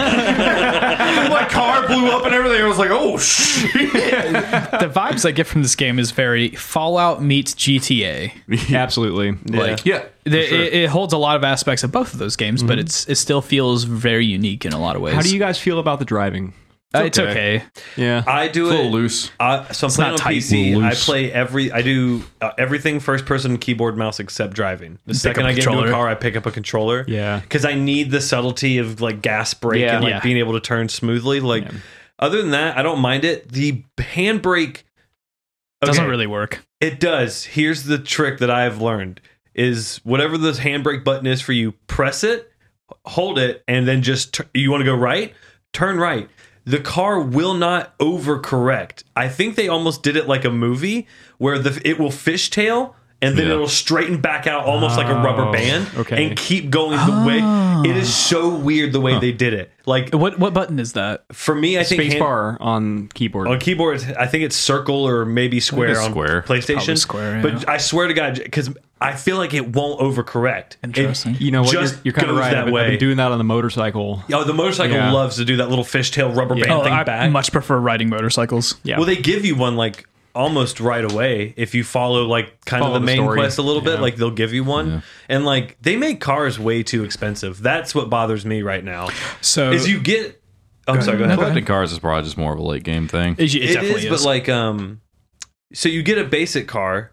"Fuck!" My car blew up and everything. I was like, "Oh shit!"
the vibes I get from this game is very Fallout meets GTA.
absolutely.
Like,
Yeah, for
The-
sure.
it, it holds a lot of aspects of both of those games, but it's it still feels very unique in a lot of ways.
How do you guys feel about the driving?
Uh, it's
okay.
okay.
Yeah,
I do
It's a
it
little loose.
I, so I'm playing on
not tight,
PC.
little
I
loose.
play every. I do uh, everything first person keyboard mouse except driving. The second
up
I get into a
controller.
car, I pick up a controller.
Yeah.
because I need the subtlety of like gas brake
Yeah.
and like
Yeah.
being able to turn smoothly. Like other than that, I don't mind it. The handbrake
Doesn't
okay.
really work.
It does. Here's the trick that I've learned is whatever the handbrake button is for you, press it, hold it, and then just tu- you want to go right, turn right. The car will not overcorrect. I think they almost did it like a movie where the it will fishtail and then
Yeah.
it'll straighten back out almost like a rubber
Oh,
band
okay.
and keep going the way. It is so weird the way they did it. Like
What what button is that?
for me, I think
space
hand- Oh,
bar on keyboard.
on keyboard, I think it's circle or maybe square
it's
on
square.
PlayStation.
Probably square,
But I swear to God, because I feel like it won't overcorrect. It
Interesting.
You know what? You're,
just
you're kind of
goes
right.
that
I've been, I've
way.
been doing that on the motorcycle.
oh, the motorcycle
Yeah.
loves to do that little fishtail rubber band
Oh,
thing
I
back.
much prefer riding motorcycles.
Yeah.
Well, they give you one like almost right away if you follow like kind
Follow
of the
the
main
story.
quest a little bit. Like they'll give you one, and like they make cars way too expensive. That's what bothers me right now.
So
Is you get. Oh, I'm sorry. Go ahead.
Collecting cars is probably just more of a late game thing.
it, it
it
definitely
is,
is,
but like um, so you get a basic car,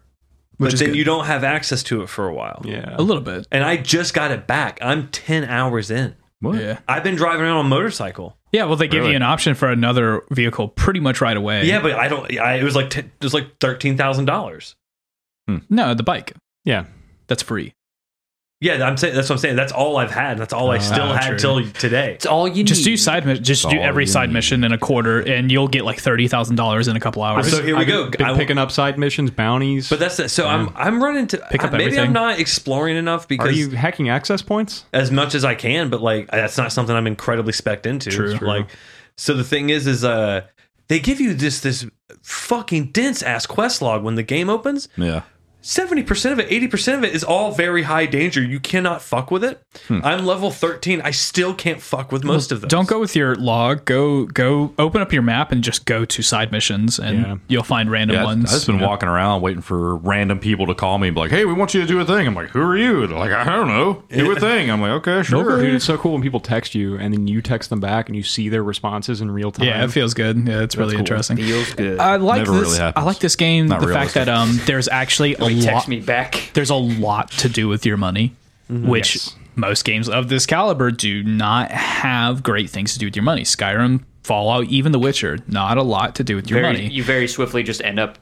Which
but
is
then
good.
you don't have access to it for a while.
yeah.
a little bit.
and I just got it back. I'm 10 hours in.
What?
Yeah.
I've been driving around on a motorcycle.
Yeah. Well, they give
Really?
you an option for another vehicle pretty much right away.
Yeah, but I don't. I, it was like t- it was like thirteen thousand dollars.
No, the bike.
Yeah.
That's free.
Yeah, I'm saying that's what I'm saying. That's all I've had. That's all I still had
Ah, true.
till today.
It's all you
Just
need.
do side. mi- Just
That's
do
all
every
you
side
need.
mission in a quarter, and you'll get like thirty thousand dollars in a couple hours.
So here we
I've
go.
Been, been
I-
picking up side missions, bounties.
But that's it. So I'm I'm running to
Pick up
maybe I'm
everything.
not exploring enough
are
because
you hacking access points?
as much as I can, but like that's not something I'm incredibly specced into.
True. True.
Like so the thing is is uh
Hmm.
they give you this this fucking dense ass quest log when the game opens.
Yeah.
Seventy percent of it, eighty percent of it is all very high danger. You cannot fuck with it. I'm level thirteen. I still can't fuck with most of them.
Don't go with your log. Go go open up your map and just go to side missions and
Yeah.
you'll find random
Yeah, I've
ones.
just been walking around waiting for random people to call me and be like, hey, we want you to do a thing. I'm like, who are you? They're like, I don't know. Do a thing. I'm like, okay, sure.
Dude, it's so cool when people text you and then you text them back and you see their responses in real time.
yeah, it feels good. Yeah, it's really interesting.
Feels good.
I like
Never
this.
really happens.
I like this game.
Not
the
realistic.
fact that um, there's actually a
he
lot.
texted me Mm-hmm. back.
There's a lot to do with your money, which most games of this caliber do not have great things to do with your money. Skyrim, Fallout, even The Witcher, not a lot to do with your
Very,
money.
You very swiftly just end up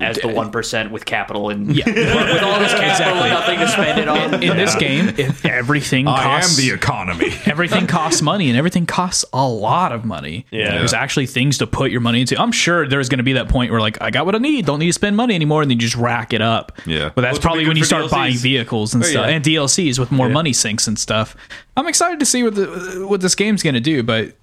as the one percent with capital and
Yeah.
with all this capital,
Exactly.
and nothing to spend it on.
In this game, it, everything
I am
costs
the economy.
everything costs money and everything costs a lot of money.
Yeah.
There's actually things to put your money into. I'm sure there's going to be that point where like I got what I need, don't need to spend money anymore and then you just rack it up.
Yeah.
But that's
Which would be
probably
good
when you
for
start buying
DLCs.
vehicles and
Oh,
stuff
yeah.
and DLCs with more money sinks and stuff. I'm excited to see what the, what this game's going to do, but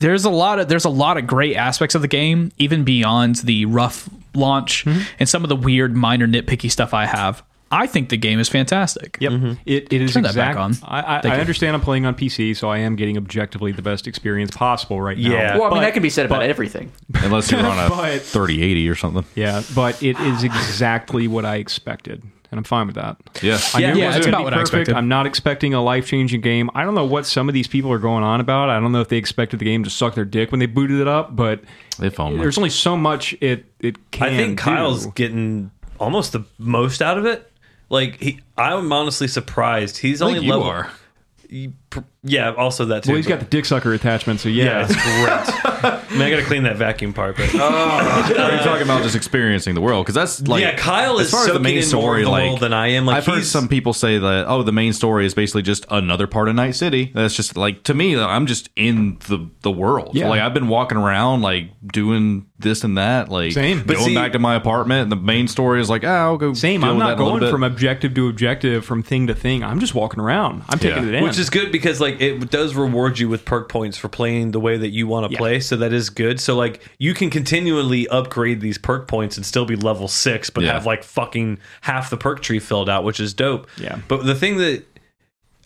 there's a lot of there's a lot of great aspects of the game even beyond the rough launch
Mm-hmm.
and some of the weird minor nitpicky stuff I have. I think the game is fantastic.
Yep.
Mm-hmm.
It, it is
Turn that back
exact.
on.
I, I,
Thank
I
you.
understand I'm playing on PC, so I am getting objectively the best experience possible right now.
Yeah.
Well, I mean,
But-
that can be said about everything.
Unless you're on a
But-
3080 or something.
Yeah, but it is exactly what I expected, and I'm fine with that.
Yeah.
I knew
yeah,
it was
it's about
gonna be
what I
perfect.
expected.
I'm not expecting a life changing game. I don't know what some of these people are going on about. I don't know if they expected the game to suck their dick when they booted it up, but
If only.
there's only so much it it can.
I think
do.
Kyle's getting almost the most out of it. Like he, I'm honestly surprised. He's only
think you
level.
are.
You pr- Yeah, also that too.
Well, he's got
but-
the dick sucker attachment, so
yeah,
yeah.
it's great. I mean, I gotta clean that vacuum part, but
Are you talking about just experiencing the world? Because that's like
Uh, yeah, Kyle
as
is
far as
soaking
the main
in more
story.
of the
Like
world than I am. Like
I've heard
he's-
some people say that oh, the main story is basically just another part of Night City. That's just like to me, I'm just in the the world.
Yeah.
Like I've been walking around, like doing this and that, like
Same. But
going
see-
back to my apartment. And the main story is like, oh, I'll go.
Same.
deal
I'm
with
not
that in a little
going
bit."
from objective to objective, from thing to thing. I'm just walking around. I'm taking
Yeah.
it in.
which is good because like it does reward you with perk points for playing the way that you want to play. So that is good. So like you can continually upgrade these perk points and still be level six, but
Yeah.
have like fucking half the perk tree filled out, which is dope.
Yeah.
But the thing that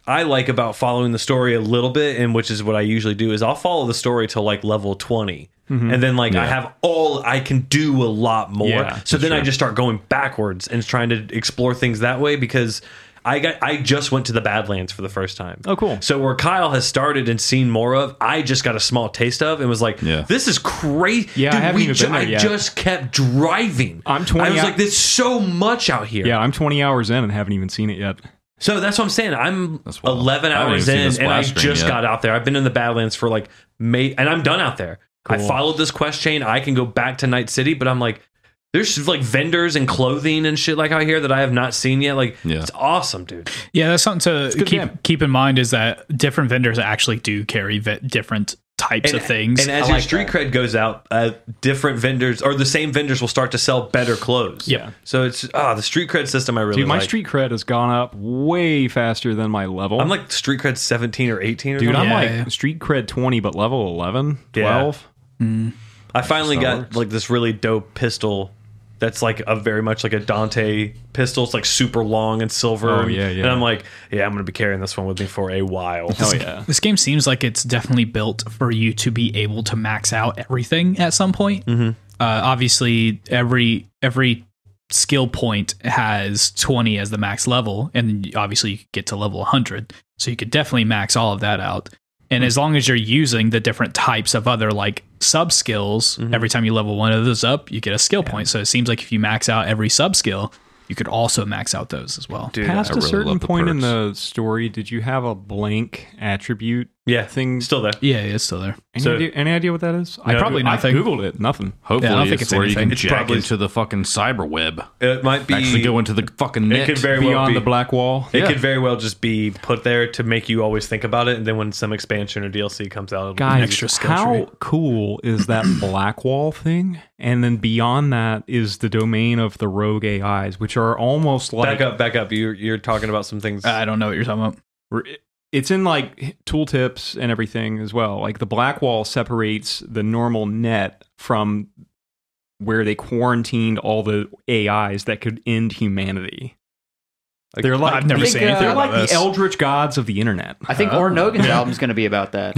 I like about following the story a little bit, and which is what I usually do, is I'll follow the story till like level 20
Mm-hmm.
and then like I have all I can do a lot more.
Yeah,
so then I just start going backwards and trying to explore things that way because I got I just went to the Badlands for the first time.
Oh, cool.
So where Kyle has started and seen more of, I just got a small taste of and was like,
Yeah.
"This is crazy."
Yeah, I haven't even been there
I
yet.
just kept driving.
I'm 20
I was
out-
like, "There's so much out here."
yeah, I'm 20 hours in and haven't even seen it yet.
So that's what I'm saying. I'm
wild.
11
I haven't
hours in,
even seen the
and I
splash screen
just
yet.
got out there. I've been in the Badlands for like May, and I'm done out there. I followed this quest chain. I can go back to Night City, but I'm like, there's like vendors and clothing and shit like out here that I have not seen yet. Like,
Yeah.
it's awesome, dude.
Yeah, that's something to
good
keep
game.
keep in mind is that different vendors actually do carry ve- different types of things.
And as
I
your
like
street cred goes out, uh, different vendors or the same vendors will start to sell better clothes.
Yeah.
So it's ah the street cred system I really
Dude, my
like.
street cred has gone up way faster than my level.
I'm like street cred 17 or 18 or
Dude,
something.
I'm
Yeah,
like
yeah.
street cred 20, but level 11,
Yeah.
12.
I finally got
works.
like this really dope pistol that's like a very much like a Dante pistol. It's like super long and silver.
Oh, yeah, yeah.
And I'm like, yeah, I'm gonna be carrying this one with me for a while.
Oh, yeah.
this game seems like it's definitely built for you to be able to max out everything at some point. Mm-hmm. Uh, obviously, every every skill point has 20 as the max level, and obviously you get to level 100, so you could definitely max all of that out. And as long as you're using the different types of other like sub skills, every time you level one of those up, you get a skill point. So it seems like if you max out every sub skill, you could also max out those as well.
Dude,
Past
I
a
really
certain
love the
point in
perks.
the story, did you have a blank attribute?
yeah,
Thing-
still there.
Yeah, it's still there.
Any,
So-
idea, any idea what that is? I
No,
probably
I
nothing.
think-
Googled it. Nothing.
Hopefully,
Yeah, I don't think
it's,
it's
where you
anything.
can
It's
jack
probably-
into the fucking cyber web.
It might be
Actually, go into the fucking
It
net.
could very well
Beyond
be
the black wall.
It
Yeah.
could very well just be put there to make you always think about it, and then when some expansion or DLC comes out, it'll be-
Guys,
extra skill
how
tree.
cool is that black wall thing? And then beyond that is the domain of the rogue AIs, which are almost like
back up, back up. You're you're talking about some things.
I don't know what you're talking about.
re- it's in like tooltips and everything as well. Like the black wall separates the normal net from where they quarantined all the AIs that could end humanity. they're like
I've never
think,
seen anything
uh,
they're
about
like
this.
the eldritch gods of the internet.
I think
Uh-huh.
Ornogan's album's going to be about that.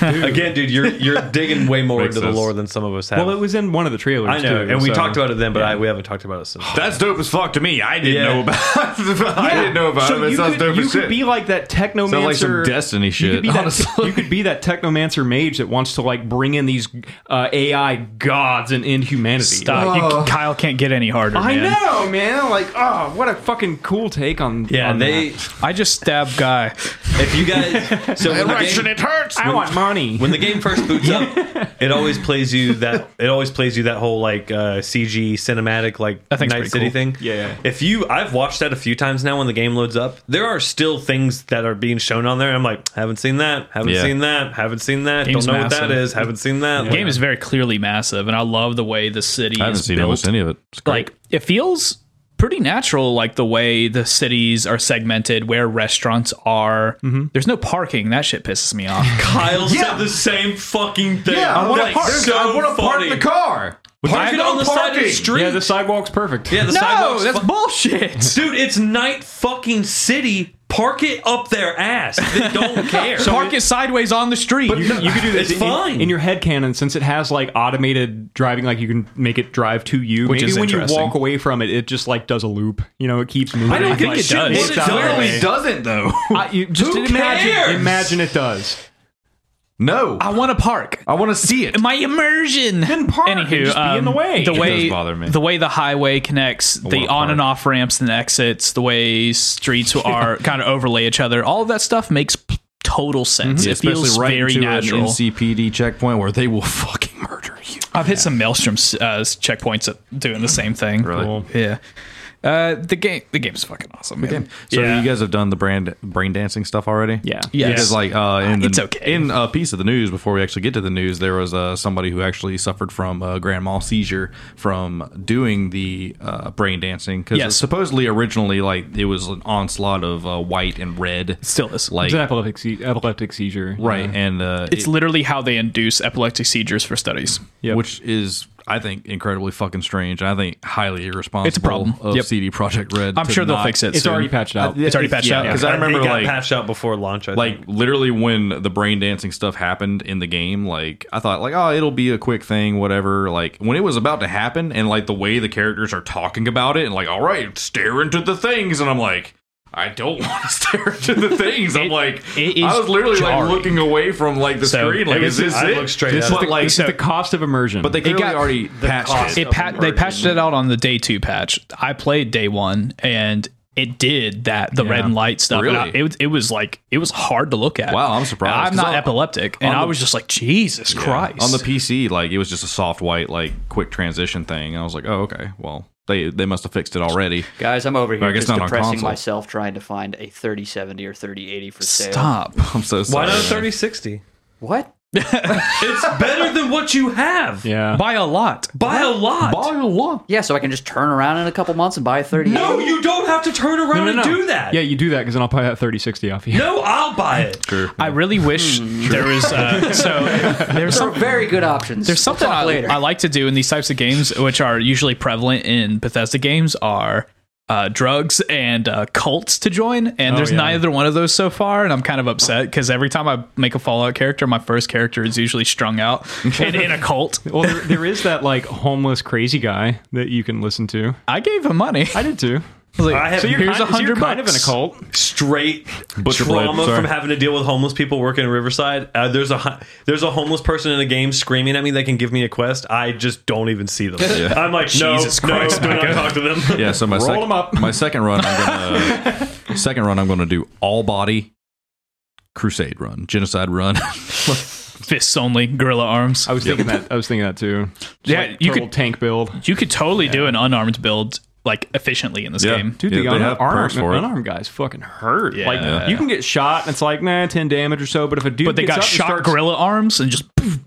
Again, dude, you're you're digging way more
Makes
into the
sense.
lore than some of us have.
Well, it was in one of the trailers.
I know,
too,
and we
so-
talked about it then, but I, we haven't talked about it since.
That's dope as fuck to me. I didn't
Yeah.
know about. I didn't know about
so
it. It
you
sounds
could,
dope
you
as
could
shit.
be like that technomancer.
Sounds like some Destiny
You could,
shit,
be that,
honestly.
you could be that technomancer mage that wants to like bring in these uh, AI gods and end humanity.
Stop. You- Kyle can't get any harder.
I
man.
know, man. Like, oh, what a fucking cool take on.
yeah,
on
they.
that.
I just stabbed guy.
If you guys, so when the,
Erection,
game,
it hurts.
I want money.
when the game first boots up, it always plays you that. It always plays you that whole like uh, CG cinematic like
That thing's
Night
pretty
City
cool.
thing.
Yeah, yeah.
If you, I've watched that a few times now. When the game loads up, there are still things that are being shown on there. and I'm like, haven't seen that. Haven't
Yeah.
seen that. Haven't seen that.
Game's
Don't know what that
massive.
is. Haven't seen that.
The game is very clearly massive, and I love the way the city
I haven't
is
seen
built.
almost any of it. It's great.
like it feels pretty natural like the way the cities are segmented where restaurants are there's no parking that shit pisses me off
Kyle said the same fucking thing.
Yeah, I wanna
Like,
park.
so
I wanna park
funny.
the car.
Park it on the side of the street.
yeah, the sidewalk's perfect.
Yeah, the sidewalk's fu-
bullshit
Dude, it's night fucking city. Park it up their ass. They don't care.
park it sideways on the street
You, could- you could do this
It's
in,
fine.
in your head canon since it has like automated driving, like you can make it drive to you.
Which
Maybe
is
when you
interesting.
walk away from it, it just like does a loop. You know, it keeps moving.
I don't give
like,
a shit what
does.
it
It's
does.
clearly-
doesn't though.
I- you just
Who
imagine,
cares?
imagine it does.
no,
i
I,
want to park
want to see it.
my immersion
Then park and
Anywho,
just be in
um,
the way.
the way
does bother me.
the way the highway connects the
wanna
on and
park.
off ramps and exits the way streets are kind of overlay each other all of that stuff makes p- total
Mhm.
sense it feels
Especially right
very
into
natural
an NCPD checkpoint where they will fucking murder you.
I've hit some Maelstrom uh, checkpoints at doing the same thing.
Really? Cool.
Yeah. Uh, the game, the game's fucking awesome. man.
So
yeah.
you guys have done the brand brain dancing stuff already?
Yeah.
Yes.
Because like uh, in the,
It's okay.
in a piece of the news before we actually get to the news, there was uh, somebody who actually suffered from a grand mal seizure from doing the uh, brain dancing because
Yes.
supposedly originally like it was an onslaught of uh, white and red,
still is.
like
It's an epileptic, se- epileptic seizure.
right, and uh,
it's literally how they induce epileptic seizures for studies.
Yep.
which is I think incredibly fucking strange. I think highly irresponsible.
problem.
of
Yep.
CD Project Red.
I'm
to
sure they'll
not-
fix it.
It's
soon.
already patched out.
It's already patched out.
because I
And they
remember
got
like
patched out before launch. I
like
think.
literally when the brain dancing stuff happened in the game like i thought like oh it'll be a quick thing whatever like when it was about to happen and like the way the characters are talking about it and like all right stare into the things and i'm like I don't want to stare into the things. I'm like,
it is
I was literally
jarring.
like looking away from like the
So,
screen. Like,
it
is
was-
this
I
it?
looked straight
This
at
is
it.
the- like,
It's the cost of immersion.
but they clearly
got-
already patched
cost
it.
it pat- they patched it out on the day two patch. I played day one and it did that the red and light stuff. And I-
Really?
it was- it was like it was hard to look at.
Wow, I'm surprised,
I'm
'cause
not
on-
epileptic, and
on
I
the-
was just like, Jesus Christ.
On the PC, like it was just a soft white, like quick transition thing. I was like, oh okay, well they they must have fixed it already.
Guys, I'm over
I
here
guess
just
not on
depressing
console.
myself trying to find a 3070 or 3080 for sale.
Stop.
I'm so sorry.
why not
man.
3060?
What?
It's better than what you have.
yeah.
By a lot.
By a lot.
Yeah, so I can just turn around in a couple months and buy a 3080.
no, you don't have to turn around and do that.
Yeah, you do that because then I'll buy that 3060 off you.
No, I'll buy it.
I really wish there was uh, so there's
They're
some,
very good options.
there's something
we'll talk
I,
later.
I like to do in these types of games, which are usually prevalent in Bethesda games, are uh, drugs and uh, cults to join. And there's
Oh, yeah.
neither one of those so far, and I'm kind of upset because every time I make a Fallout character, my first character is usually strung out and in a cult.
Well, there, there is that like homeless crazy guy that you can listen to.
I gave him money.
I did too.
Like,
I have-
so
so you're
here's a
kind, so you're
hundred bucks.
kind of in a cult.
straight
Butcher
trauma
blade, sorry.
from having to deal with homeless people working in Riverside. Uh, there's a hu- there's a homeless person in a game screaming at me. They can give me a quest. I just don't even see them. I'm like, no,
Jesus
no,
Christ,
do not
Micah.
talk to them.
Yeah, so my
Roll
second
'em up.
my second run I'm gonna second run I'm gonna do all body crusade run, genocide run.
Fists only, gorilla arms.
I was thinking that. I was thinking that too. Just
Yeah,
like
you
total
could-
tank build.
You could totally do an unarmed build like efficiently in this
Yeah.
game.
Dude,
Yeah,
the
they have
unarmed,
perks for it.
unarmed guys fucking hurt.
Yeah.
Like
Yeah.
you can get shot and it's like nah, ten damage or so. But if a dude
But they
gets
got
up
shot
and starts,
gorilla arms and just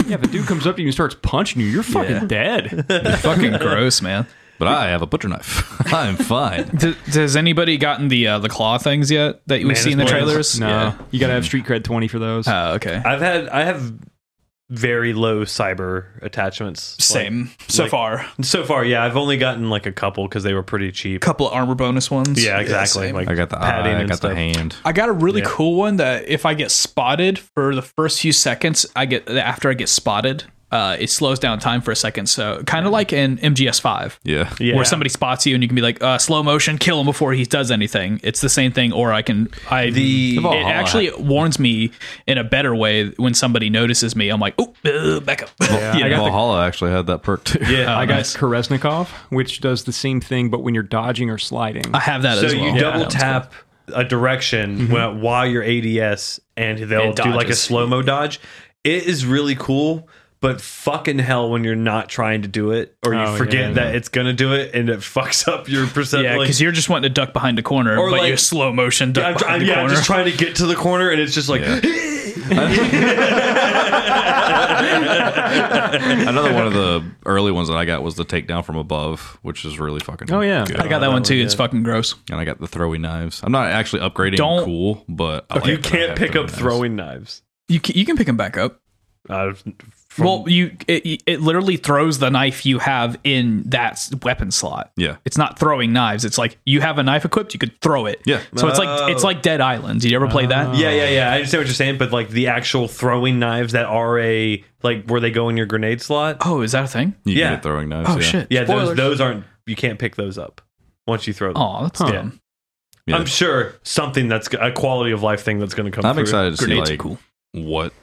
yeah, if a dude comes up to you and starts punching you, you're fucking dead.
fucking gross, man.
But I have a butcher knife. I'm fine.
Does, has anybody gotten the uh, the claw things yet that we've seen in the
it's Uh,
trailers? Uh,
no,
Yeah.
Uh,
you gotta have street cred twenty for those.
Oh, okay.
I've had I have very low cyber attachments. Like-
Same so
like-
far.
so far, yeah, I've only gotten like a couple because they were pretty cheap.
Couple of armor bonus ones.
Yeah, exactly.
same.
like
I got the
padding
eye, I
and
got the
stuff.
hand.
I got a really
Yeah.
cool one that if I get spotted for the first few seconds, I get after I get spotted, uh, it slows down time for a second. So kind of like in MGS five.
Yeah.
Yeah.
Where somebody spots you and you can be like uh, slow motion, kill him before he does anything. It's the same thing, or I can I
The-
it actually warns me in a better way when somebody notices me. I'm like, oh, uh, back up. You know?
Valhalla actually had that perk too.
Yeah,
I got
nice.
Karesnikov, which does the same thing, but when you're dodging or sliding.
I have that
so
as well.
you
Yeah,
double
that one's cool.
tap a direction wh- while you're ADS, and they'll
It
do like a
dodges.
slow mo dodge. It is really cool, but fucking hell when you're not trying to do it or you
Oh,
forget
yeah.
that it's gonna do it and it fucks up your perception.
Yeah, because you're just wanting to duck behind the corner,
Or
but
like-
you're slow motion duck
I'm,
behind
I'm-
the
yeah, I'm
corner.
just trying to get to the corner, and it's just like
Another one of the early ones that I got was the takedown from above, which is really fucking.
Oh, yeah.
good.
I got that one too. It's fucking gross.
and I got the throwing knives. I'm not actually upgrading.
Don't-
cool, but I like
you
that I
can't
have
pick up
knives.
throwing knives.
You can, you can pick them back up.
Uh, from-
Well, you it, it literally throws the knife you have in that s- weapon slot.
Yeah.
it's not throwing knives. It's like you have a knife equipped, you could throw it.
Yeah.
so it's like it's like Dead Island. Did you ever play that?
Oh. yeah, yeah, yeah. I understand what you're saying, but like the actual throwing knives that are a like where they go in your grenade slot.
Oh, is that a thing?
You
Yeah.
can get throwing knives.
Oh
yeah.
shit.
Yeah, those
Spoilers.
those aren't. You can't pick those up once you throw them.
Oh, that's dumb.
Yeah.
I'm sure something that's a quality of life thing that's going to come.
I'm
through.
excited to see
Grenades
like
are cool.
what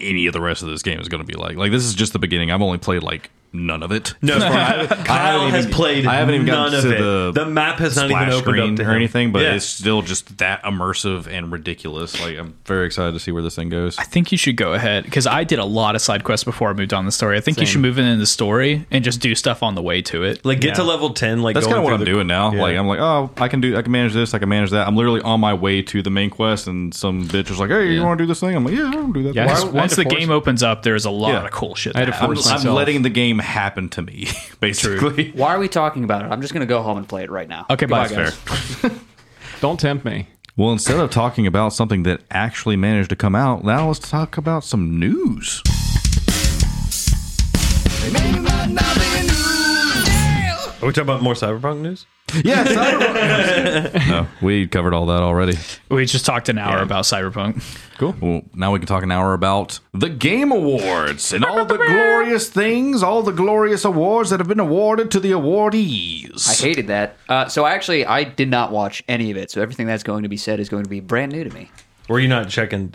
any of the rest of this game is going to be like. Like this is just the beginning. I've only played like none of it.
No, Kyle
haven't
has
even-
played.
I haven't even
none
gotten
of
to
it.
the
map has not even
splash
opened up
screen
to
or
him.
anything, but
Yeah.
it's still just that immersive and ridiculous. Like I'm very excited to see where this thing goes.
I think you should go ahead because I did a lot of side quests before I moved on the story. I think you should move in the story and just do stuff on the way to it.
like get to level ten. Like
That's
going
kind of what
through
I'm
the-
doing now.
yeah.
Like I'm like, oh, I can do, I can manage this, I can manage that. I'm literally on my way to the main quest, and some bitch is like, hey, you want to do this thing? I'm like, yeah, I'll do that.
Yeah,
thing."
I had
Once,
to
once the
force-
game opens up, there's a lot
Yeah.
of cool shit.
I had
that
to
I'm,
happens.
force
I'm
myself.
letting the game happen to me, basically.
Why are we talking about it? I'm just going to go home and play it right now.
Okay, bye.
Goodbye, guys.
Don't tempt me.
Well, instead of talking about something that actually managed to come out, now let's talk about some news.
Are we talking about more cyberpunk news?
no, we covered all that already.
We just talked an hour about Cyberpunk.
Well, now we can talk an hour about the Game Awards and all the glorious things, all the glorious awards that have been awarded to the awardees.
I hated that. Uh, so I actually I did not watch any of it. So everything that's going to be said is going to be brand new to me.
Were you not checking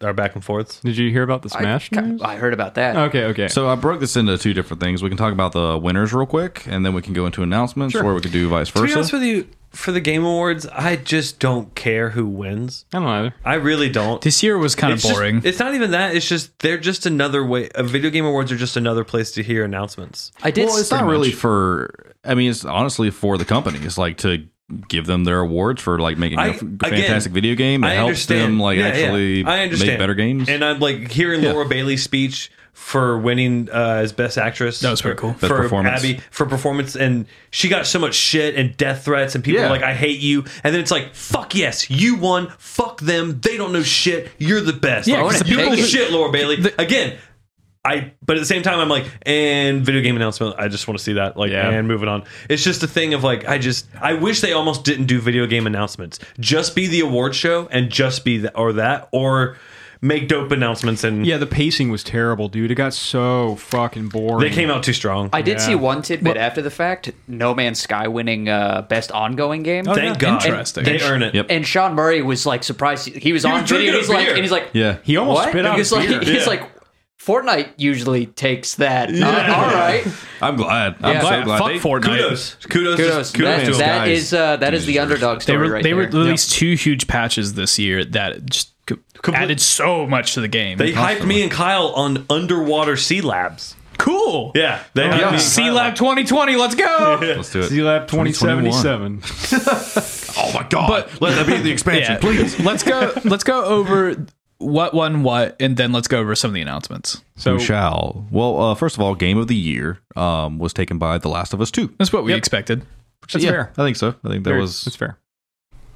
our back and forths?
Did you hear about the Smash
I,
news?
I heard about that.
Okay, okay.
So I broke this into two different things. We can talk about the winners real quick, and then we can go into announcements, or we could do vice
To be
versa.
honest with you, for the Game Awards, I just don't care who wins.
I don't know either.
I really don't.
This year was kind of
It's just-
boring.
it's not even that. It's just they're just another way. Uh, video game awards are just another place to hear announcements.
I did.
well, it's not really for. I mean, it's honestly for the companies, like to give them their awards for like making
I-
a f-
again,
fantastic video game that
I
helps them like
Yeah,
actually
yeah. I understand.
make better games.
And I'm like hearing Laura Bailey's speech for winning uh, as best actress. That
was pretty cool.
Best
for
performance.
Abby for performance, and she got so much shit and death threats, and people
Yeah.
were like, "I hate you," and then it's like, "Fuck yes, you won. Fuck them. They don't know shit. You're the best.
Yeah,
Like,
'cause the
you
people-
know shit, Laura Bailey." Again. I, but at the same time, I'm like, and video game announcement. I just want to see that, like,
Yeah.
and moving on. It's just a thing of like, I just, I wish they almost didn't do video game announcements. Just be the award show and just be that or that, or make dope announcements. And
Yeah, the pacing was terrible, dude. It got so fucking boring.
they came out too strong.
I did see one tidbit after the fact. No Man's Sky winning uh, best ongoing game.
Thank God,
Interesting.
they earn it.
Yep.
and Sean Murray was like surprised. He was on
drinking
video.
a
He's like,
beer.
and he's like,
yeah,
He almost
what?
spit out
he's
his
like,
beer.
he's
Yeah.
like, Fortnite usually takes that. Uh, all right.
I'm glad. I'm
Yeah.
so
Fuck
glad. They-
Fortnite.
Kudos, kudos, kudos
Kudos. That-
to them.
that
guys.
is uh, that is the underdog
They,
story
re-
right
they re-
there.
released two huge patches this year that just co- added so much to the game.
They hyped me and Kyle on underwater sea labs. Oh,
cool.
Yeah, they hyped me and
C
Kyle.
Lab 2020, let's go.
Let's do it.
Z-Lab 2077.
Oh my god! But let that be the expansion,
Yeah.
please.
let's go let's go over what won what and then let's go over some of the announcements.
So
We shall. Well, uh, first of all, game of the year um, was taken by The Last of Us Two.
That's what we expected.
that's
Yeah,
fair.
I think so. I think that
Fair-
was
that's fair.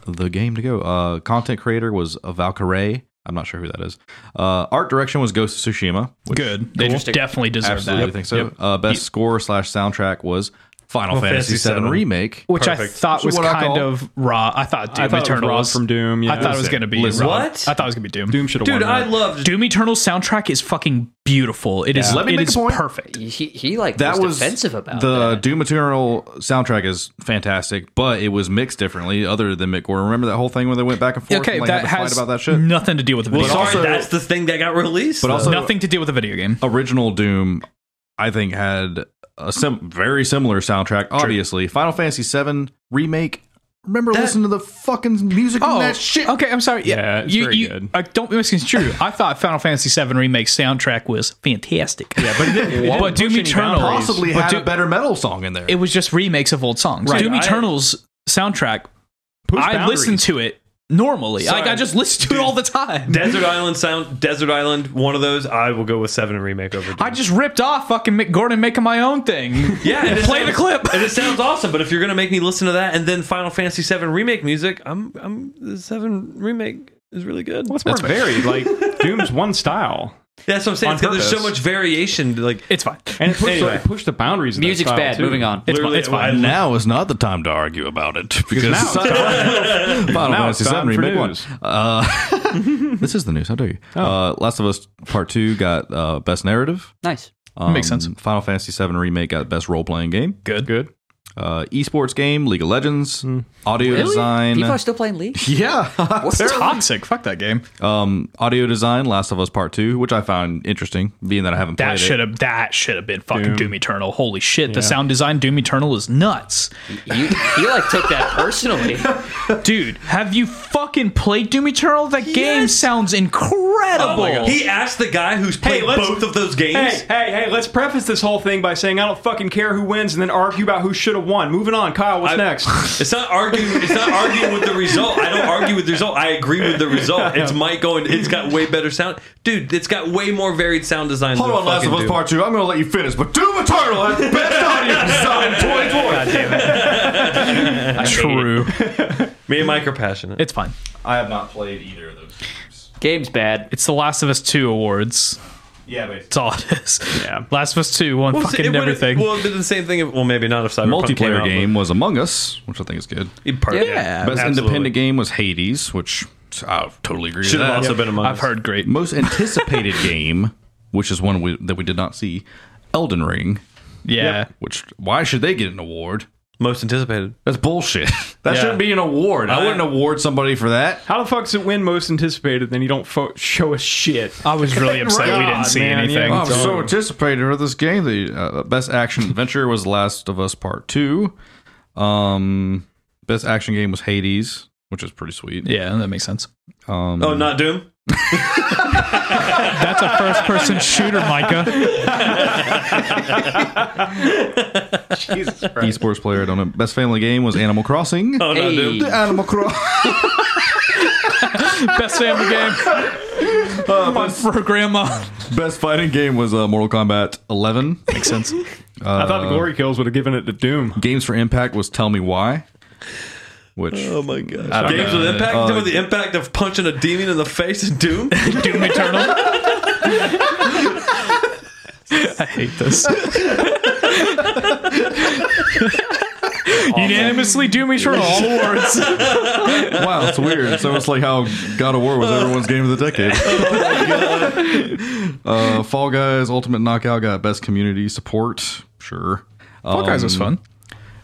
the game to go. Uh, content creator was Valkyrie. I'm not sure who that is. Uh, art direction was Ghost of Tsushima. Which
Good. They definitely deserve
Absolutely
that.
think so. Uh, best score slash soundtrack was Final Fantasy,
Fantasy
VII
VII.
remake.
Which
Perfect.
I thought
So
was
what I
kind
call-
of raw. I thought Doom
I thought it was
Eternal
Rob
was
from Doom, yeah.
I thought it was going to be
Listen.
Rob.
What?
I thought it was going to be Doom.
Doom should have
Dude,
won.
I
that.
loved
Doom Eternal's soundtrack is fucking beautiful. It is.
Let me
it
make a
is
point.
perfect.
He, he like
That
was,
was
defensive about
the
that.
Doom Eternal soundtrack is fantastic, but it was mixed differently. Other than Mick Gore, remember that whole thing when they went back and forth?
Okay,
and, like,
that
had to fight
has
about that shit.
nothing to do with the video.
Sorry,
game.
also-
that's the thing that got released.
But also,
nothing to do with the video game.
original Doom, I think, had a sim- very similar soundtrack. Obviously, Final Fantasy VII remake. Remember listening to the fucking music on that shit?
Oh, Okay, I'm sorry.
Yeah, it's
you,
very
you-
good.
uh, don't be misconstrued. I thought Final Fantasy VII remake soundtrack was fantastic. Yeah,
but, it, it
but Doom Eternal
Possibly
but
had
Doom-
a better metal song in there.
It was just remakes of old songs.
Right.
Doom
I-
Eternal's soundtrack. I listen to it normally.
Sorry.
Like I just listen to it all the time.
Desert Island sound, Desert Island, one of those. I will go with seven and remake over. Doom.
I just ripped off fucking Mick Gordon making my own thing.
yeah, and it
play the
sounds-
clip.
and it sounds awesome. But if you're gonna make me listen to that and then Final Fantasy VII remake music, I'm I'm the seven remake is really good.
What's more varied? Like Doom's one style,
That's what I'm saying.
On
It's 'cause there's so
purpose.
much variation. Like
It's fine. It's
and it pushed,
Anyway.
it pushed the boundaries. of that
Music's
style,
bad.
too.
Moving on.
fine.
Literally,
It's fine.
I-
now is not the time to argue about it because
now it's
Final
Now it's
Fantasy
time
VII
for
remake one.
news. Oh.
Uh, this is the news. How dare you? Uh, Last of Us Part Two got uh, best narrative.
nice.
Um,
Makes sense.
Final Fantasy VII remake got best role playing game.
good.
Good.
Uh, esports game, League of Legends,
Hmm.
audio design.
People are still playing League.
yeah.
What's toxic? Fuck that game.
um, audio design, Last of Us Part Two, which I found interesting, being that I haven't played
That should
it.
have that should have been fucking Doom, Eternal. Holy shit, the sound design Doom Eternal is nuts.
You, he like took that personally.
Dude, have you fucking played Doom Eternal? That game sounds incredible.
Oh uh, he asked the guy who's played
let's-
both of those games.
Hey, hey, hey! Let's preface this whole thing by saying I don't fucking care who wins, and then argue about who should have won. Moving on, Kyle. What's
I-
next?
It's not arguing. It's not arguing with the result. I don't argue with the result. I agree with the result. It's Mike going. It's got way better sound, dude. It's got way more varied sound design.
Hold
than
on, Last of
fucking
Us
Doom.
Part Two. I'm going to let you finish, but Doom Eternal has best audio design in 2020.
True.
Me and Mike are passionate.
it's fine.
I have not played either of those. games.
Game's bad.
It's the Last of Us 2 awards.
Yeah, basically.
That's all it is. Yeah. Last of Us 2 won
Well,
fucking
would've-
everything.
Well, it did the same thing. If, well, maybe not if Cyberpunk came
Multiplayer
out,
game was Among Us, which I think is good.
but- Perfect.
Yeah.
Best
absolutely.
independent game was Hades, which I totally agree
Should
with
have
that.
also been among.
I've
us.
heard great.
Most anticipated game, which is one we, that we did not see, Elden Ring.
Yeah.
Which why should they get an award?
most anticipated.
That's bullshit. That
Yeah.
shouldn't be an award. I,
I-
wouldn't award somebody for that.
How the fuck does it win most anticipated? Then you don't fo- show us shit.
I was really upset we
God,
didn't see
man,
anything.
yeah.
I was so anticipated for this game. The uh, best action adventure was Last of Us Part Two. Um, best action game was Hades, which is pretty sweet.
Yeah, that makes sense.
Um,
Oh, not Doom.
That's a first person shooter, Micah.
esports player. I don't know. Best family game was Animal Crossing.
Oh, not Doom.
Hey,
Animal Crossing.
Best family game. Fun for grandma.
Best fighting game was uh, Mortal Kombat 11.
Makes sense.
I thought the glory kills would have given it to Doom.
Games for Impact was Tell Me Why, which
my gosh. Games with impact. Doing with the impact of punching a demon in the face in Doom.
Doom Eternal. I hate this. Unanimously, Doom Eternal all awards.
wow, it's weird. So it's like how God of War was everyone's game of the decade. uh, Fall Guys Ultimate Knockout got best community support. Sure.
Fall Guys was
Um,
fun.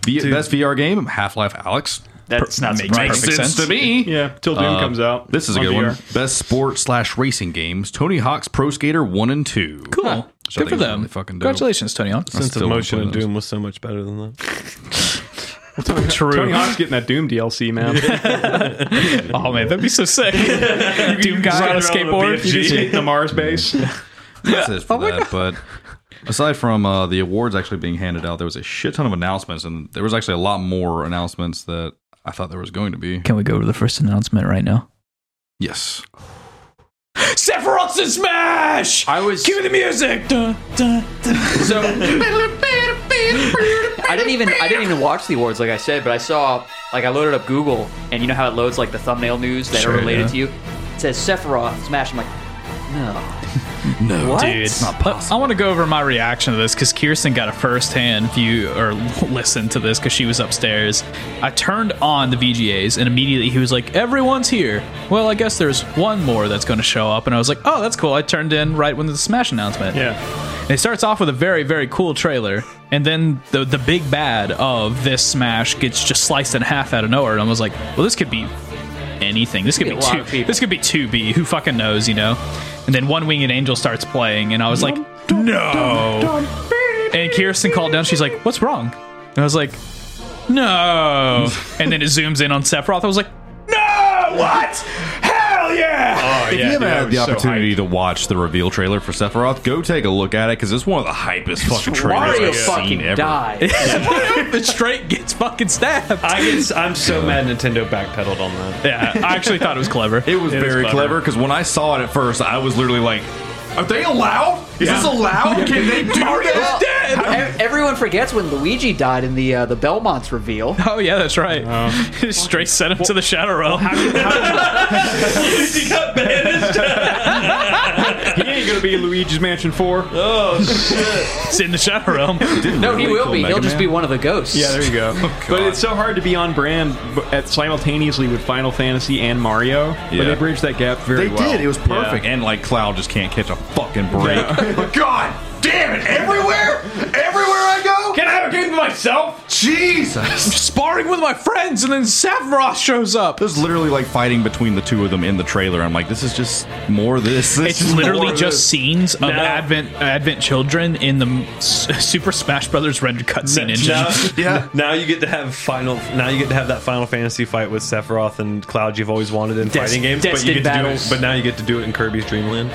V- best VR game Half Life Alex.
that's not
Makes perfect sense.
to me.
Yeah, till Doom comes out.
This is a
on
good one.
VR.
Best sport slash racing games Tony Hawk's Pro Skater One and Two.
Cool.
So I
Good
think
for
it's
them.
really fucking dope.
Congratulations, Tony Hawk.
Sense
still
of motion in
wanna play
Doom was so much better than that.
Tony
True.
Hawk's getting that Doom DLC, man.
Oh man, that'd be so sick. Doom guy on a skateboard.
You just hit the Mars base.
That's it for that. But aside from uh, the awards actually being handed out, there was a shit ton of announcements, and there was actually a lot more announcements that I thought there was going to be.
Can we go to the first announcement right now?
Yes.
Sephiroth's in Smash.
I was
Cue the music. Dun, dun, dun.
so. I didn't even I didn't even watch the awards like I said, but I saw like I loaded up Google and you know how it loads like the thumbnail news that are related to you. It says Sephiroth Smash. I'm like, no.
No,
What?
dude, it's not
But I
possible.
want to go over my reaction to this because Kirsten got a first-hand view or listen to this because she was upstairs. I turned on the VGAs and immediately he was like, "Everyone's here." Well, I guess there's one more that's going to show up, and I was like, "Oh, that's cool." I turned in right when the Smash announcement.
Yeah.
And it starts off with a very, very cool trailer, and then the the big bad of this Smash gets just sliced in half out of nowhere. And I was like, "Well, this could be anything. This could
Could
be
be a lot
two.
of people.
This could be two B. Who fucking knows, you know?" And then One Winged Angel starts playing, and I was like, "No!" And Kirsten called down. She's like, "What's wrong?" And I was like, "No!" And then it zooms in on Sephiroth. I was like, "No! What? Hell yeah!"
if you haven't had the opportunity to watch the reveal trailer for Sephiroth, go take a look at it because it's one of the hypest fucking trailers
Wario
I've
fucking
seen ever.
died.
the straight gets fucking stabbed.
I get, I'm so mad Nintendo backpedaled on that.
yeah, I actually thought it was clever.
It was very clever because when I saw it at first, I was literally like, "Are they allowed? Is this allowed? Can they do that?"
Ev- Everyone forgets when Luigi died in the uh, the Belmonts reveal.
Oh yeah, that's right. Straight sent him to the shadow realm.
He got banished.
He ain't gonna be in Luigi's Mansion 4.
it's in the shadow realm.
No, he will be.
Mega
He'll just be one of the ghosts.
Yeah, there you go. but it's so hard to be on brand b- at simultaneously with Final Fantasy and Mario. But
Yeah.
they bridged that gap very
They
well.
did. It was perfect. And like Cloud just can't catch a fucking break. God damn it! Everywhere, everywhere I go, can I have a game to myself? Jesus!
Sparring with my friends, and then Sephiroth shows up.
There's literally like fighting between the two of them in the trailer. I'm like, this is just more this. This
It's
is more
literally
of
just
this.
scenes of
No.
Advent Advent children in the m- S- Super Smash Brothers rendered cutscene engine.
Now,
Yeah.
now you get to have final. Now you get to have that Final Fantasy fight with Sephiroth and Cloud you've always wanted in fighting games, but you get to do
destined
it,
battles.
But now you get to do it in Kirby's Dream Land.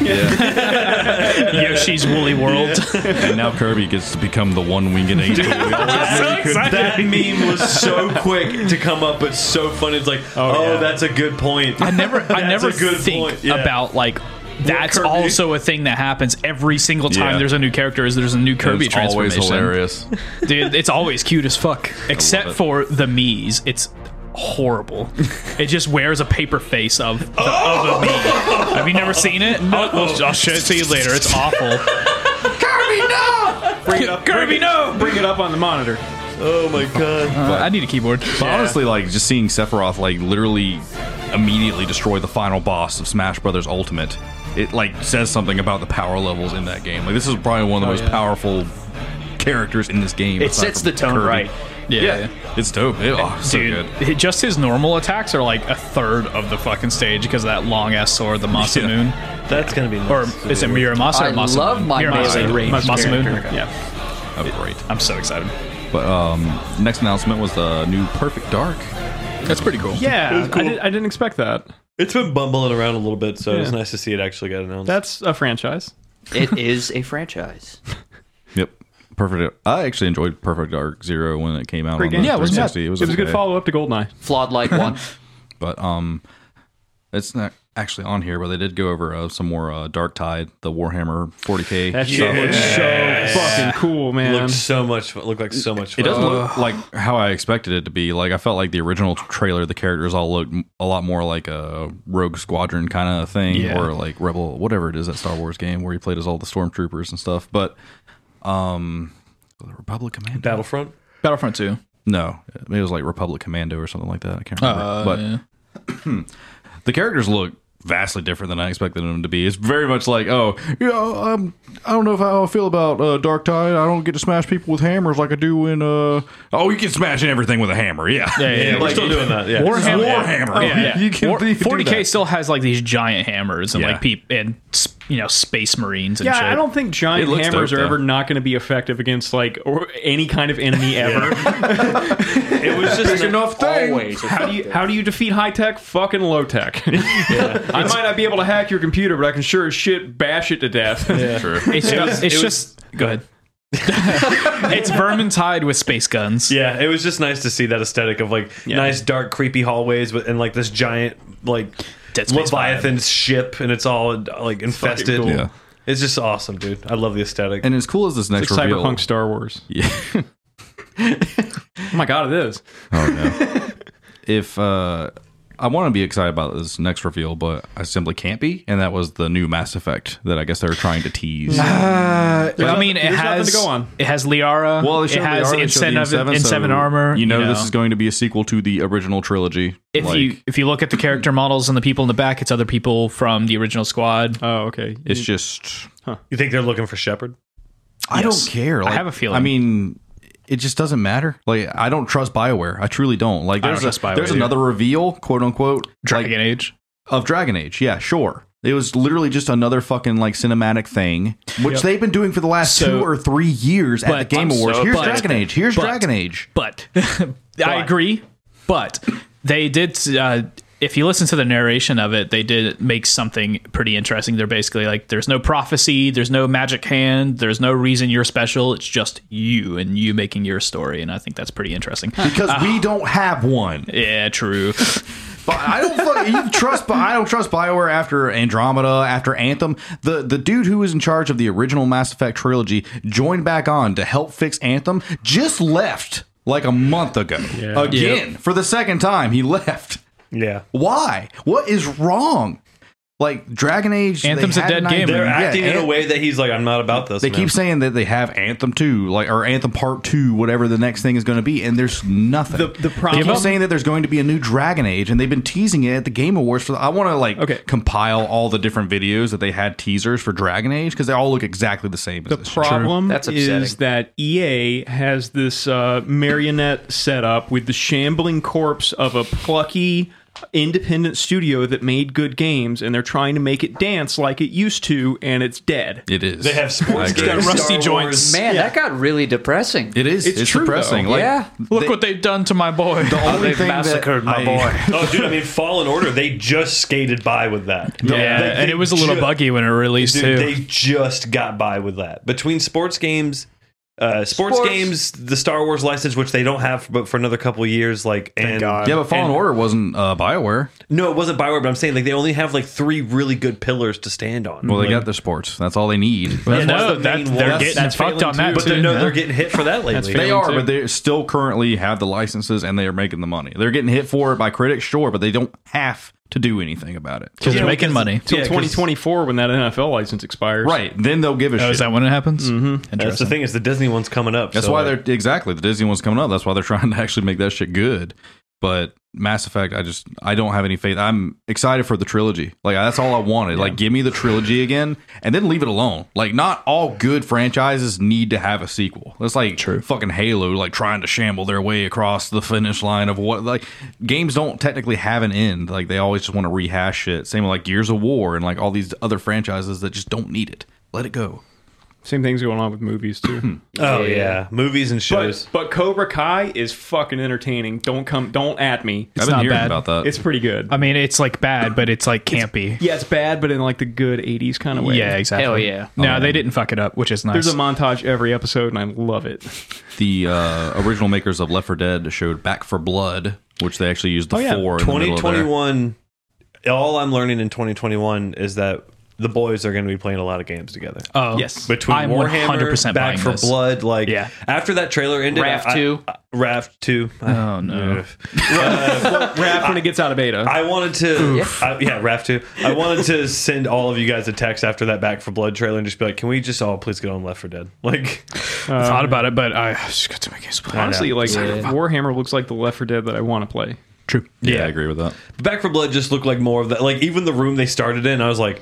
Yoshi's Woolly World.
And now Kirby gets to become the one winged angel. we always knew
so
he could
excited.
That meme was so quick to come up, but so funny. It's like, oh,
yeah.
that's a good point.
I never, I
That's
never
a good
think
point, yeah.
about like. That's
Kirby-
also a thing that happens every single time
Yeah.
there's a new character. Is there's a new Kirby
It's always
transformation?
hilarious.
Dude, it's always cute as fuck. Except
it.
for the Mii's. It's horrible. it just wears a paper face of the, of a Mii.
Oh!
Have you never seen it? I'll, I'll, I'll show it to you later. It's awful.
Bring it up,
Kirby, no!
Bring it up on the monitor.
oh my god.
Uh, I need a keyboard.
But honestly, like just seeing Sephiroth like literally immediately destroy the final boss of Smash Brothers Ultimate, it like says something about the power levels in that game. Like this is probably one of the most powerful characters in this game.
It
aside
sets
from
the tone
Kirby.
right.
Yeah.
Yeah, it's dope. It- oh, so
Dude,
good.
hi- just his normal attacks are like a third of the fucking stage because of that long ass sword, the Masamune.
That's gonna be nice.
Or is it Miramasa
I
or Masamune?
love my
Miramasa.
melee range
Masamune?
character.
Yeah.
Oh, great.
I'm so excited.
But um, next announcement was the new Perfect Dark.
That's pretty cool.
Yeah, I, did, I didn't expect that.
It's been bumbling around a little bit, so it's
Yeah.
nice to see it actually get announced.
That's a franchise.
It is a franchise.
Yep. Perfect. I actually enjoyed Perfect Dark Zero when it came out.
Great
on
game.
the
Yeah, it wasn't bad.
360. It was,
It was a good
okay.
follow up to Goldeneye.
Flawed like one.
but um, it's not actually on here. But they did go over uh, some more uh, Dark Tide, the Warhammer 40k.
That
stuff.
shit looks so fucking cool, man.
looked so much. fun- Looked like so much. Fun.
It doesn't look like how I expected it to be. Like I felt like the original trailer, the characters all looked m- a lot more like a Rogue Squadron kind of thing,
Yeah.
or like Rebel, whatever it is that Star Wars game where you played as all the stormtroopers and stuff. But um, the Republic Commando.
Battlefront.
Battlefront 2.
No, it was like Republic Commando or something like that. I can't remember. but the characters look vastly different than I expected them to be. It's very much like, oh, you know, um, I don't know if how I feel about uh, Dark Tide. I don't get to smash people with hammers like I do in. Uh... Oh, you can smash in everything with a hammer. Yeah,
yeah,
We're still doing that. Yeah.
Warhammer.
Warhammer.
Yeah, yeah.
Oh, You can
War-
be- do
40k
that.
still has like these giant hammers and
Yeah.
like peop- and s- you know space marines and
yeah,
shit.
I don't think giant
It looks
hammers
dope,
are
though.
ever not going to be effective against like or any kind of enemy ever.
It was just
enough thing.
Always.
How do you how do you defeat high tech? Fucking low tech. I might not be able to hack your computer, but I can sure as shit bash it to death.
Sure.
It's, just, it's just go ahead. it's Vermintide with space guns.
Yeah, it was just nice to see that aesthetic of like nice dark, creepy hallways, but and like this giant like
Dead Space
Leviathan ship, and it's all like infested.
cool.
Yeah.
It's just awesome, dude. I love the aesthetic.
And as cool as this next
It's like
reveal,
cyberpunk Star Wars.
Yeah.
Oh my god, it is.
if Oh, uh I want to be excited about this next reveal, but I simply can't be. And that was the new Mass Effect that I guess they were trying to tease.
I mean, it
there's nothing
has
to go on.
it has Liara.
Well, they
it
showed the
has
armor, they showed the
Incentive
M7, so
Incentive armor.
You know, this is going to be a sequel to the original trilogy.
if
Like,
you if you look at the character models and the people in the back, it's other people from the original squad.
Uh,
Oh, okay.
it's just
You think they're looking for Shepard?
I
Yes.
don't care.
I
Like,
have a feeling.
I mean, it just doesn't matter. Like I don't trust Bioware. I truly don't. Like
don't
there's
trust
a,
BioWare
there's
either.
another reveal, quote unquote,
Dragon
like,
Age.
of Dragon Age. Yeah, sure. It was literally just another fucking like cinematic thing, which they've been doing for the last
So-
two or three years at the
but-
Game
I'm
Awards.
so
Here's
but-
Dragon Age. Here's
but-
Dragon Age.
but I agree. But they did. Uh, if you listen to the narration of it, they did make something pretty interesting. They're basically like, there's no prophecy, there's no magic hand, there's no reason you're special. It's just you and you making your story, and I think that's pretty interesting.
Because
Ah.
we don't have one.
yeah, true.
But I don't fucking you trust. But I don't trust Bioware after Andromeda, after Anthem. The the dude who was in charge of the original Mass Effect trilogy joined back on to help fix Anthem. Just left like a month ago. Again for the second time, he left.
Yeah.
Why? What is wrong? Like Dragon Age, they
Anthem's a
had
dead
an idea-
game.
They're
Yeah,
acting in
An-
a way that he's like, I'm not about this.
They
man.
keep saying that they have Anthem two, like or Anthem Part two, whatever the next thing is going to be, and there's nothing.
The- the problem-
they keep saying that there's going to be a new Dragon Age, and they've been teasing it at the Game Awards. For I want to like
Okay.
compile all the different videos that they had teasers for Dragon Age because they all look exactly the same. As
The
this.
problem
That's upsetting.
is that EA has this uh, marionette setup with the shambling corpse of a plucky independent studio that made good games, and they're trying to make it dance like it used to, and it's dead.
it is.
They have sports
I agree.
games,
rusty
Star Wars.
joints.
Man, that got really depressing.
It is. It's,
It's true,
depressing.
though.
Like,
Yeah.
Look what they've done to my boy.
The only
they've
thing that
massacred my
I-
boy.
Oh, dude, I mean, Fallen Order, they just skated by with that.
yeah,
They-
and
they
it was a little
ju-
buggy when it released
Dude,
too.
they just got by with that. Between sports games, uh, sports,
Sports.
games, the Star Wars license, which they don't have, but for another couple of years, like and
God.
Yeah, but Fallen
And-
Order wasn't uh, Bioware.
no, it wasn't Bioware, but I'm saying like they only have like three really good pillars to stand on.
Well, they
Like,
got their sports. That's all they need.
yeah, no,
the
that,
main
they're
one.
getting
That's
fucked on that.
but
too.
they no, they're getting hit for that lately.
fair.
They
failing
are,
too.
but they still currently have the licenses and they are making the money. They're getting hit for it by critics, sure, but they don't have to do anything about it.
they're making money.
Till
Yeah, 'cause-
2024 when that NFL license expires.
Right. Then they'll give a
Oh,
shit.
is that when it happens? Mm-hmm.
That's the thing is the Disney one's coming up.
That's
so,
why
like,
they're exactly the Disney one's coming up. That's why they're trying to actually make that shit good. But Mass Effect, I just I don't have any faith. I'm excited for the trilogy. Like that's all I wanted. Like give me the trilogy again, and then leave it alone. Like not all good franchises need to have a sequel. That's like fucking Halo, like trying to shamble their way across the finish line of what like games don't technically have an end. Like they always just want to rehash it. Same with like Gears of War and like all these other franchises that just don't need it. Let it go.
Same thing's going on with movies too.
Oh yeah. movies and shows.
but, but Cobra Kai is fucking entertaining. Don't come. Don't at me.
I've been
not
hearing
bad.
about that.
It's pretty good.
I mean, it's like bad, but it's like campy.
yeah, it's bad, but in like the good 80s kind of way.
Yeah, exactly.
Hell yeah.
No,
Oh,
they didn't fuck it up, which is nice.
There's a montage every episode, and I love it.
the uh, original makers of Left 4 Dead showed Back for Blood, which they actually used the
yeah.
four. in the middle of there.
2021 all I'm learning in 2021 is that the boys are going to be playing a lot of games together.
oh,
Yes.
between
I'm
Warhammer,
100%
Back
buying
for
this.
Blood, like
Yeah.
after that trailer ended,
Raft
I-
2.
I- Raft Two. Oh
no.
Rap when it gets out of beta.
I wanted to, I, yeah, Raft Two. I wanted to send all of you guys a text after that Back for Blood trailer and just be like, "Can we just all please get on Left for Dead?" Like,
I thought about it, but I just got to make games play.
Honestly, like Warhammer looks like the Left 4 Dead that I want to play.
True.
Yeah, I agree with that.
Back for Blood just looked like more of that. Like even the room they started in, I was like,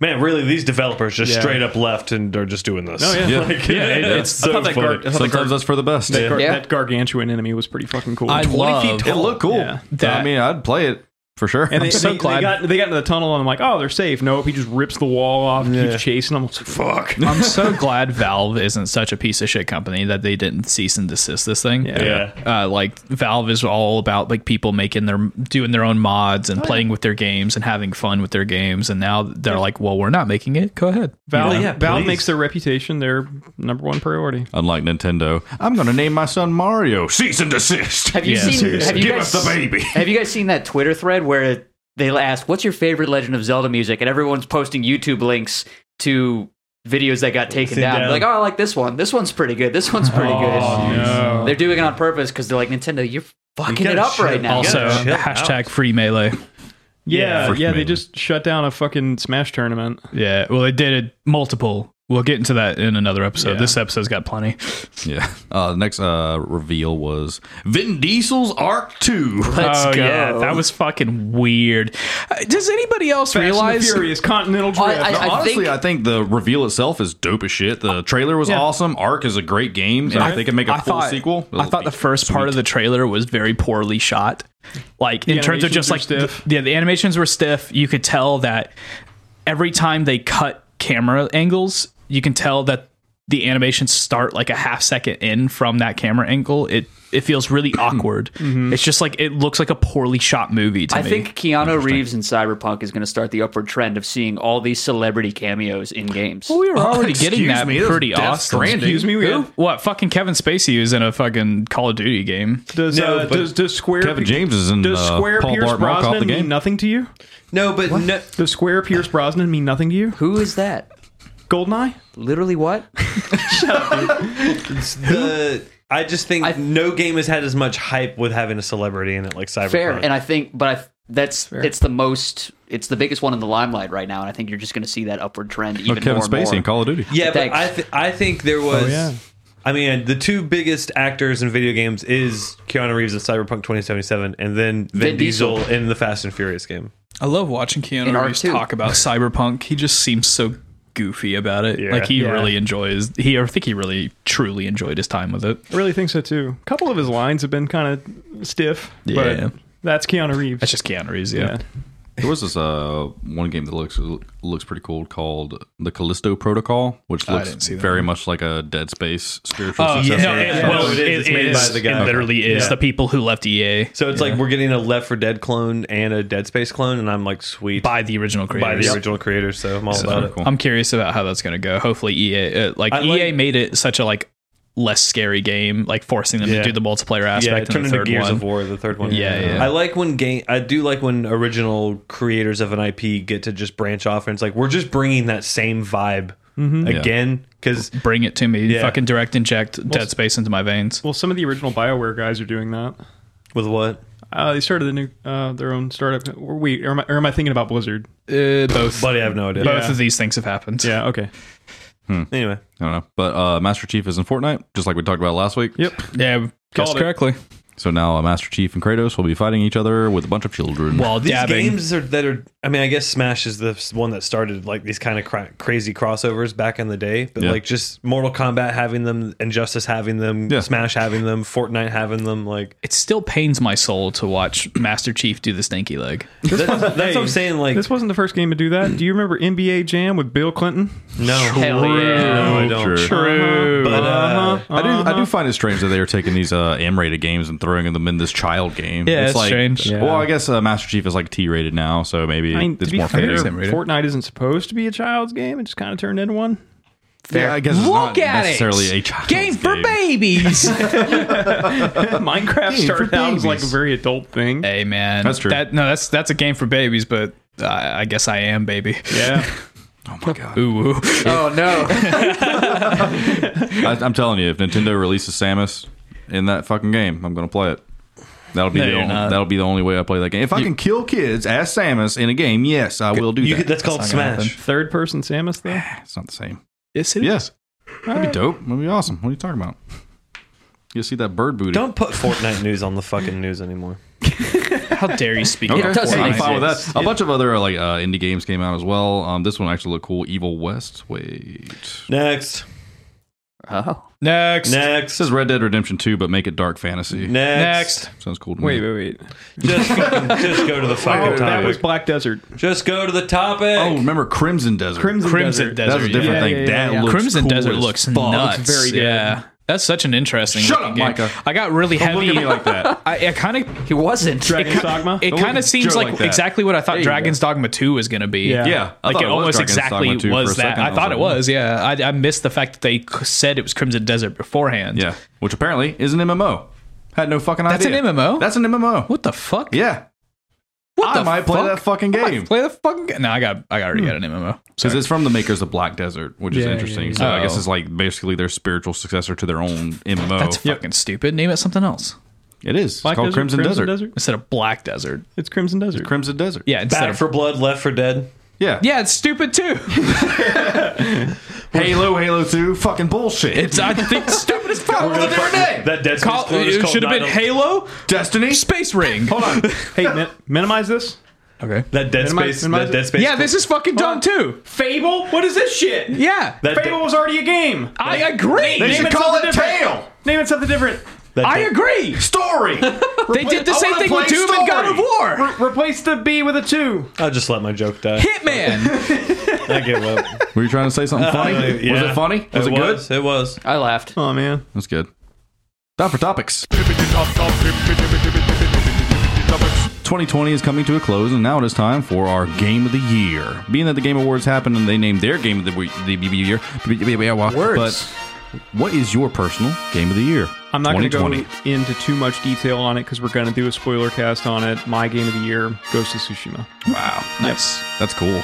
"Man, really? These developers just
Yeah.
straight up left and are just doing this." Oh
yeah.
like, it's so funny.
that gar- I thought that
Sometimes that's for the best.
Gar-
Yeah.
That gargantuan enemy was pretty fucking cool.
I love
It looked cool.
Yeah.
I
That-
mean, I'd play it for sure.
and they,
so
they,
glad-
They got, they got into the tunnel, and I'm like, oh, they're safe. Nope, he just rips the wall off, and keeps chasing them. I'm like, fuck.
I'm so glad Valve isn't such a piece of shit company that they didn't cease and desist this thing.
Yeah.
Uh, like Valve is all about like people making their doing their own mods and playing with their games and having fun with their games, and now they're like, well, we're not making it. Go ahead.
Valve,
yeah,
Um, Valve
please.
makes their reputation their number one priority.
Unlike Nintendo, I'm going to name my son Mario. Cease and desist.
Have you
Yeah,
seen?
seriously.
Have you
Give
guys,
us the baby.
Have you guys seen that Twitter thread where they ask, "What's your favorite Legend of Zelda music?" and everyone's posting YouTube links to videos that got taken
Taken
down.
down.
Like, oh, I like this one. This one's pretty good. This one's pretty good. They're doing it on purpose because they're like, Nintendo, you're fucking
gotta
it up
chill.
right now.
Also-
So
Yeah, chill
hashtag
out.
free melee.
Yeah, yeah,
Freak
they
Melee.
just shut down a fucking Smash tournament.
Yeah. Well, they did it multiple. We'll get into that in another episode.
Yeah.
This episode's got plenty.
Yeah. Uh, next uh, reveal was Vin Diesel's Arc 2.
Let's
oh
go.
yeah, that was fucking weird. Uh, Does anybody else
Fast and the
realize?
Furious Continental Drift.
I- I-
Honestly,
think-
I think the reveal itself is dope as shit. The trailer was awesome. Arc is a great game, and if they can make a
I
full
thought-
sequel,
I thought the first part of the trailer was very poorly shot. Like in terms of
animations
just
are
like the-
stiff.
yeah, the animations were stiff. You could tell that every time they cut camera angles, you can tell that the animations start like a half second in from that camera angle. It it feels really awkward. It's just like it looks like a poorly shot movie to
I
me.
think Keanu Reeves in Cyberpunk is going to start the upward trend of seeing all these celebrity cameos in games.
we
Oh,
were already getting that pretty awesome.
Excuse me, we
Who? What fucking Kevin Spacey is in a fucking Call of Duty game?
Does,
No,
uh,
but
does does Square
Kevin James is in
does
uh,
Square
Paul
Pierce
Blart Mall Cop
Brosnan
the
mean
game.
nothing to you?
No, but no,
Does Square Pierce Brosnan mean nothing to you?
Who is that?
Goldeneye?
Literally what?
the I just think
I-
no game has had as much hype with having a celebrity in it like Cyberpunk.
Fair. And I think, but I, that's it's the most, it's the biggest one in the limelight right now, and I think you're just going to see that upward trend even
Kevin
more and
Spacey
more.
in Call of Duty.
yeah, but
Thanks.
I th- I think there was.
Oh, yeah.
I mean, the two biggest actors in video games is Keanu Reeves in Cyberpunk 2077, and then Vin,
Vin
Diesel.
Diesel.
in the Fast and Furious game.
I love watching
In
Keanu
R
Reeves
two.
talk about cyberpunk. He just seems so goofy about it.
Yeah.
like he
Yeah.
really enjoys. He, I think he really truly enjoyed his time with it.
I really think so too. A couple of his lines have been kind of stiff,
Yeah.
but that's Keanu Reeves.
That's just Keanu Reeves. Yeah.
There was this uh, one game that looks looks pretty cool called The Callisto Protocol, which
I
looks
didn't see that
very much like a Dead Space spiritual
Oh,
successor.
no, it-
Yeah.
well,
It
it
is. It's
is.
made by the guy.
It literally is
Yeah.
the people who left E EA
So it's like we're getting a Left for Dead clone and a Dead Space clone, and I'm like, sweet,
by the original
by
creators.
the original creators. So I'm all about
pretty
it.
cool.
I'm curious about how that's going to go. Hopefully, EA uh, like
I
EA
like-
made it such a like less scary game, like forcing them
Yeah.
to do the multiplayer aspect.
Yeah,
in
it turned
the
into
third
Gears
one.
of War, the third one.
Yeah, yeah.
I like when game. I do like when original creators of an IP get to just branch off, and it's like we're just bringing that same vibe
Mm-hmm.
again because
Bring it to me.
Yeah.
Fucking direct inject Dead Space into my veins.
Well, some of the original Bioware guys are doing that.
with what
Uh, they started a new uh, their own startup. Or wait, or am, I, or am I thinking about Blizzard?
Uh, both.
buddy, I have no idea.
Both
Yeah.
of these things have happened.
Yeah, okay.
Anyway,
I don't know, but uh, Master Chief is in Fortnite, just like we talked about last week.
Yep.
Yeah, guessed
it.
correctly.
So now uh, Master Chief and Kratos will be fighting each other with a bunch of children.
While
these
dabbing.
games are that are. I mean, I guess Smash is the s- one that started like these kind of cra- crazy crossovers back in the day. But
Yeah.
like just Mortal Kombat having them, Injustice having them,
Yeah.
Smash having them, Fortnite having them. Like
it still pains my soul to watch Master Chief do the stinky leg.
that's, that's what I'm saying. Like
This wasn't the first game to do that. Do you remember NBA Jam with Bill Clinton? Uh-huh.
no,
Hell yeah.
no, I don't.
True.
True.
But, uh,
I do, I do find it strange that they are taking these uh, M-rated games and throwing them in this child game.
Yeah, it's
like,
strange.
Well, I guess uh, Master Chief is like T-rated now, so maybe
I mean, to
it's
be
more
fair,
fair.
Sam Raider.
Fortnite isn't supposed to be a child's game. It just kind of turned into one.
Yeah, I guess it's not necessarily a child's game
babies.
Minecraft
Game for
started out as like a
babies.
very adult thing.
hey man,
That's true.
That, no, that's that's a game for babies, but I, I guess I am baby.
Yeah.
Oh my god!
Ooh, ooh.
Oh no!
I, I'm telling you, if Nintendo releases Samus in that fucking game, I'm gonna play it. That'll be
No,
the
you're
only,
not.
that'll be the only way I play that game. If I can kill kids as Samus in a game, yes, I will do
You
that.
could, that's called
That's not gonna
Smash.
Third person Samus though.
it's not the same.
yes, it is.
Yes, that'd be dope. That'd be awesome. What are you talking about? You'll see that bird booty.
Don't put Fortnite news on the fucking news anymore.
How dare you speak?
Okay,
ill of
doesn't
I'm
Fortnite.
fine with that. A bunch of other like uh, indie games came out as well. Um, this one actually looked cool. Evil West. Wait, this
Next,
Oh,
Next,
next,
is Red Dead Redemption 2, but make it dark fantasy.
next.
next.
Sounds cool to
Wait,
me.
wait, wait.
Just fucking, just go to the fucking
Oh, that
topic.
was Black Desert.
just go to the topic.
Oh, remember Crimson Desert?
Crimson,
Crimson
Desert.
Desert.
That's a different
yeah.
thing.
yeah,
that
yeah.
looks
Crimson
cool
Desert
as
looks
fuck.
nuts.
Looks very good.
Yeah, that's such an interesting.
Shut
looking
up,
game.
Micah.
I got really heavy.
Look at me like that.
I, I kind of
he wasn't.
Dragon's Dogma.
It
Don't
kind
look
of
at
seems
Joe
like,
like that.
exactly what I thought
you
Dragon's Dogma 2 was going to be.
Yeah.
Yeah, I
like
thought
it,
was
almost
Dragon's Dogma
exactly
2 for a
was that.
second.
I thought
like, hmm.
it was, yeah. I, I missed the fact that they c- said it was Crimson Desert beforehand.
Yeah, which apparently is an MMO. Had no fucking
That's
idea.
an MMO?
That's an MMO.
What the fuck?
Yeah,
What
I
the
might
fuck?
play that fucking
I might
game. Hmm.
Play the fucking game. No, I got I already got an MMO.
because
So
it's from the makers of Black Desert, which is interesting. So I guess
Oh.
it's like basically their spiritual successor to their own MMO.
that's fucking stupid. Name it something else.
It is. It's
Black
called
Desert,
Crimson, Desert.
instead of Black Desert.
It's Crimson Desert.
Crimson Desert.
Yeah, instead
Back
of
for blood, left for dead.
Yeah.
yeah, it's stupid too.
Halo, Halo 2, fucking bullshit.
It's I think stupid as fuck.
We're gonna
What's their
fucking-
name?
That Dead Space
Call-
clone is
it
called oh-
should have been
911.
Halo
Destiny.
Space Ring.
Hold on.
hey, min- minimize this.
Okay.
That Dead
Minimi-
Space.
minimize
That Dead
it.
Space.
Yeah, this is fucking dumb too.
Fable? What is this shit?
Yeah,
That
Fable
de-
was already a game.
I agree.
They should
it
call
something
it
different.
Tail.
Name it something different.
that
I
de-
agree.
Story.
They did the
I
same
wanna
thing with
play
Doom and God of
story.
War.
Re- replace the B with a two.
I'll just let my joke die.
Hitman.
I give up.
Were you trying to say something funny?
Uh, yeah.
Was it funny? Was it, good?
Was, it was.
I laughed.
Oh man.
That's good. Time for topics. 2020 is coming to a close, and now it is time for our Game of the Year. Being that the Game Awards happened and they named their Game of the, we- the, the Year,
Words.
but what is your personal Game of the Year?
I'm not going to go
2020.
into too much detail on it because we're going to do a spoiler cast on it. My game of the year, Ghost of Tsushima.
Wow, nice. That's cool.